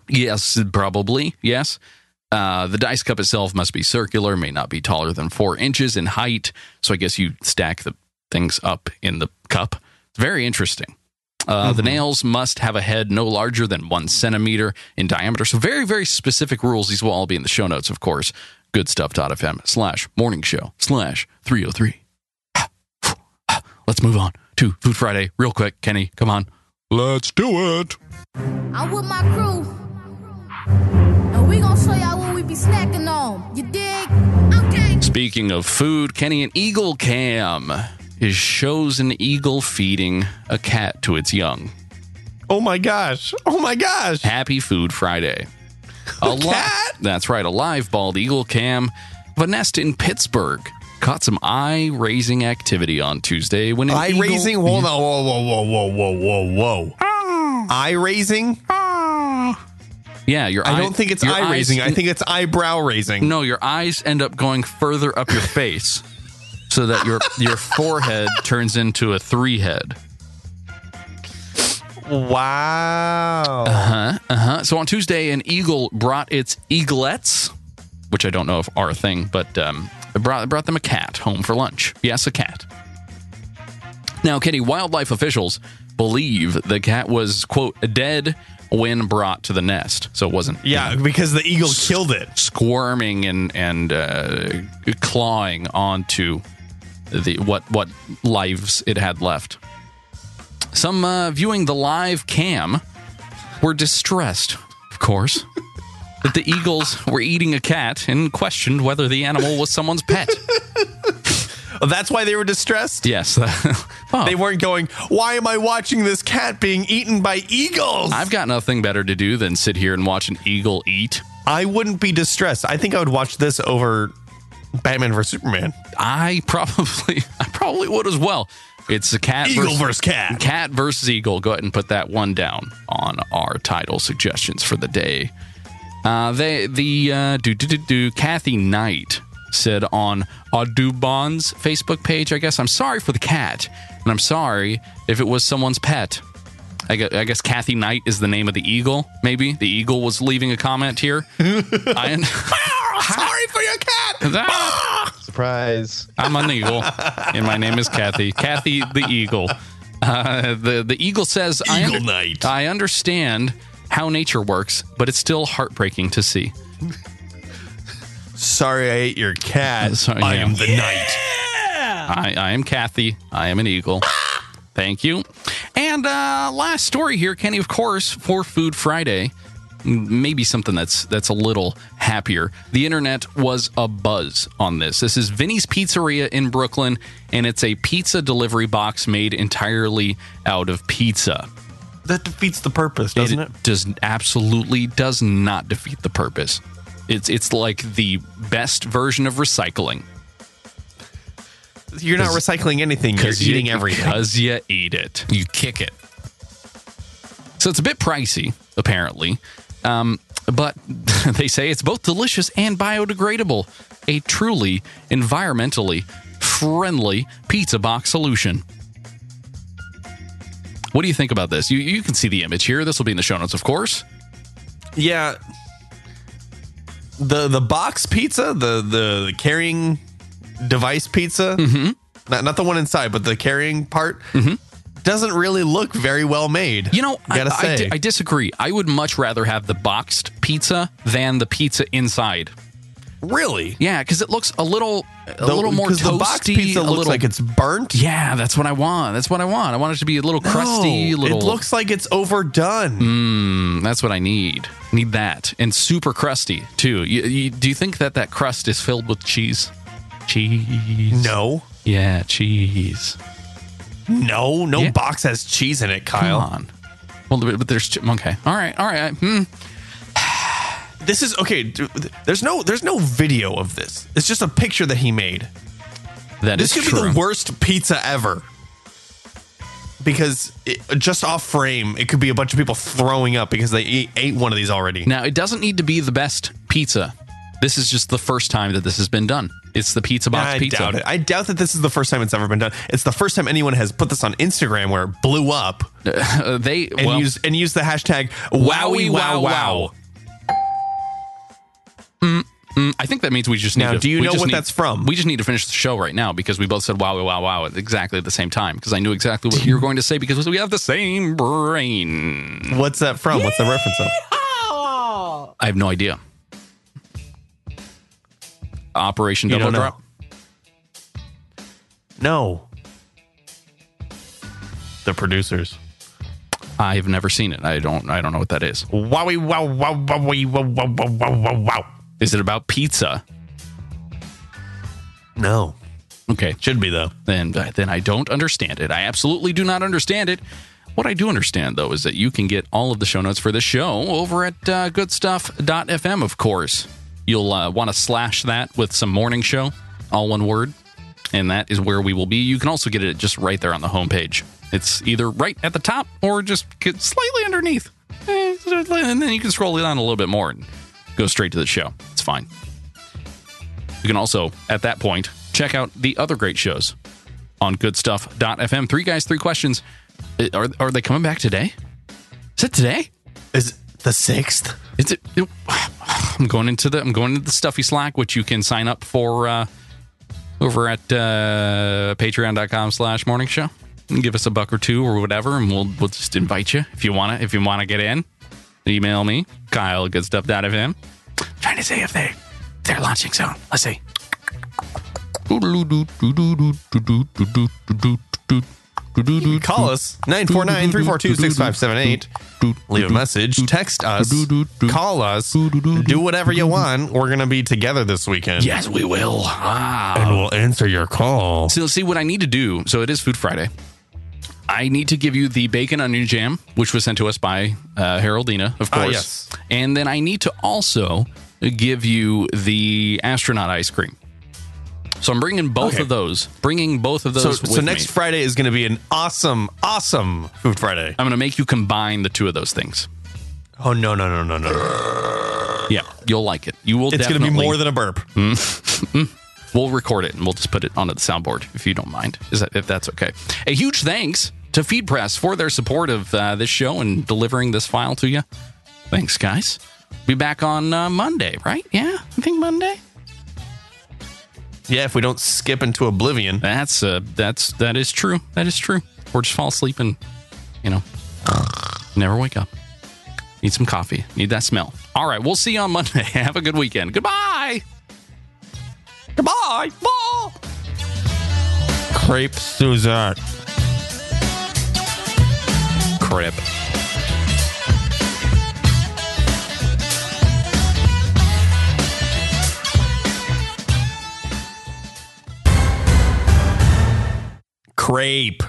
C: Yes, probably. Yes. Uh, the dice cup itself must be circular, may not be taller than four inches in height. So I guess you stack the things up in the cup. It's very interesting. Uh, The nails must have a head no larger than one centimeter in diameter. So very, very specific rules. These will all be in the show notes, of course. Goodstuff.fm slash morning show slash 303. *sighs* Let's move on to Food Friday real quick. Kenny, come on. Let's do it.
G: I'm with my crew. And we gonna show y'all what we be snacking on. You dig? Okay.
C: Speaking of food, Kenny and Eagle Cam is shows an eagle feeding a cat to its young.
D: Oh my gosh! Oh my gosh!
C: Happy Food Friday. A li-
D: cat?
C: That's right, a live bald eagle cam of a nest in Pittsburgh caught some eye-raising activity on Tuesday when an
D: Eye
C: eagle-
D: raising. Hold on! Whoa! Whoa! Whoa! Whoa! Whoa! Whoa! Whoa! Eye raising? Ah.
C: Yeah, your
D: I
C: eye-
D: don't think it's
C: your
D: eye
C: eyes-
D: raising. I think it's eyebrow raising.
C: No, your eyes end up going further up your face so that your your forehead turns into a three head.
D: Wow!
C: Uh-huh. Uh-huh. So on Tuesday, an eagle brought its eaglets, which I don't know if are a thing, but um, it brought brought them a cat home for lunch. Yes, a cat. Now, Kenny, wildlife officials believe the cat was quote dead when brought to the nest, so it wasn't you
D: *laughs* yeah,
C: know,
D: because the eagle killed it.
C: squirming and and uh, clawing onto the what what lives it had left. Some uh, viewing the live cam were distressed, of course, *laughs* that the eagles were eating a cat and questioned whether the animal was someone's
D: *laughs*
C: pet.
D: Oh, that's why they were distressed.
C: Yes, *laughs* well,
D: They weren't going. Why am I watching this cat being eaten by eagles?
C: I've got nothing better to do than sit here and watch an eagle eat.
D: I wouldn't be distressed. I think I would watch this over Batman vs Superman.
C: I probably, *laughs* I probably would as well. It's a cat
D: Eagle versus cat.
C: Cat versus Eagle. Go ahead and put that one down on our title suggestions for the day. Uh, they, the uh, do do do do. Kathy Knight said on Audubon's Facebook page. I guess I'm sorry for the cat, and I'm sorry if it was someone's pet. I guess, I guess Kathy Knight is the name of the eagle. Maybe the eagle was leaving a comment here. I, *laughs*
D: Sorry for your cat. Ah!
A: Surprise.
C: I'm an eagle, and my name is Kathy. Kathy the eagle. Uh, the the eagle says, "I
D: Eagle
C: under-
D: Knight.
C: I understand how nature works, but it's still heartbreaking to see."
D: Sorry, I ate your *laughs* cat.
C: Sorry,
D: I
C: yeah.
D: am the knight.
C: I, I am Kathy. I am an eagle. Thank you. And uh, last story here, Kenny. Of course, for Food Friday, m- maybe something that's that's a little happier. The internet was a buzz on this. This is Vinny's Pizzeria in Brooklyn, and it's a pizza delivery box made entirely out of pizza.
D: That defeats the purpose, doesn't it?
C: Does absolutely does not defeat the purpose. It's it's like the best version of recycling.
D: not you're not recycling anything. You're
C: you-
D: eating everything.
C: Because you eat it.
I: You kick it.
C: So it's a bit pricey, apparently. Um, but *laughs* they say it's both delicious and biodegradable. A truly environmentally friendly pizza box solution. What do you think about this? You, you can see the image here. This will be in the show notes, of course.
D: Yeah. The the box pizza, the the carrying device pizza,
C: Mm-hmm.
D: not not the one inside, but the carrying part, doesn't really look very well made.
C: You know, I,
D: gotta
C: I
D: say,
C: di- I disagree. I would much rather have the boxed pizza than the pizza inside.
D: really,
C: Yeah, because it looks a little a
D: The-
C: little more
D: 'cause
C: toasty.
D: The box pizza
C: a
D: looks
C: little,
D: like it's burnt.
C: yeah, that's what I want. That's what I want. I want it to be a little crusty.
D: No,
C: little, Mm.
D: It looks like it's overdone.
C: That's what I need. Need that and super crusty too. You, you, do you think that that crust is filled with cheese? Cheese.
D: No,
C: Yeah, cheese.
D: no, no
C: Yeah.
D: box has cheese in it,
C: Come
D: Kyle.
C: on. Well, but but there's ch- okay. All right. All right. I- hmm.
D: This is okay. d- There's no there's no video of this. It's just a picture that he made.
C: That
D: this
C: is
D: could
C: true.
D: be the worst pizza ever because it, just off frame it could be a bunch of people throwing up because they ate, ate one of these already
C: Now, it doesn't need to be the best pizza. This is just the first time that this has been done. It's the pizza box
D: i
C: pizza.
D: doubt it i doubt that this is the first time it's ever been done it's the first time anyone has put this on instagram where it blew up
C: Uh, *laughs* they
D: and
C: well,
D: used and used the hashtag wowie wow wow
C: Mm, I think that means we just need
D: Now,
C: to-
D: do you
C: we
D: know
C: just
D: what
C: need-
D: that's from?
C: We just need to finish the show right now because we both said wow, wow, wow at exactly at the same time because I knew exactly what you were going to say because we have the same brain.
D: what's that from what's the reference of
C: I have no idea. Operation
D: You
C: Double
D: don't know.
C: Drop.
D: no the producers
C: I have never seen it. I don't. I don't know what that is.
D: wowie wow wow wowie wow wow wow wow wow wow
C: Is it about pizza?
D: no
C: Okay,
D: should be though
C: then uh, then I don't understand it. I absolutely do not understand it. What I do understand, though, is that you can get all of the show notes for this show over at uh, goodstuff.fm, of course. You'll uh, want to slash that with some morning show, all one word. And that is where we will be. You can also get it just right there on the homepage. It's either right at the top or just get slightly underneath. Eh, And then you can scroll it down a little bit more and go straight to the show. It's fine. You can also, at that point, check out the other great shows on goodstuff.fm. Three guys, three questions. Uh, Are, are they coming back today? Is it today?
D: is it the sixth
C: Is it, *sighs* it- I'm going into the I'm going into the stuffy Slack, which you can sign up for uh, over at uh, patreon.com slash morning show. And give us a buck or two or whatever, and we'll we'll just invite you if you wanna if you wanna get in. Email me, Kyle at goodstuff.fm. Trying to see if they they're launching soon. Let's see.
D: Call us 949 342 6578. Leave a message, text us, call us, do whatever you want. We're going to be together this weekend.
C: Yes, we will. Ah.
D: And we'll answer your call.
C: So see what I need to do. So it is Food Friday. I need to give you the bacon onion jam, which was sent to us by uh, Heraldina, of
D: Ah,
C: course.
D: yes.
C: And then I need to also give you the astronaut ice cream. So I'm bringing both
D: Okay.
C: of those. Bringing both of
D: So,
C: those.
D: so
C: with
D: next
C: me.
D: Friday is going to be an awesome, awesome Food Friday.
C: I'm going to make you combine the two of those things.
D: Oh, no, no, no, no, no.
C: Yeah, you'll like it. You will.
D: It's going to
C: definitely.
D: be more than a burp.
C: We'll record it and we'll just put it onto the soundboard if you don't mind. Is that if that's okay? A huge thanks to Feed Press for their support of uh, this show and delivering this file to you. Thanks, guys. Be back on uh, Monday, right? Yeah, I think Monday.
D: Yeah, if we don't skip into oblivion.
C: That's uh, that's that is true. That is true. Or just fall asleep and you know never wake up. Need some coffee. Need that smell. All right, we'll see you on Monday. *laughs* Have a good weekend. Goodbye. Goodbye. Bye.
D: Crepe Suzette.
C: Crip.
D: Crepe.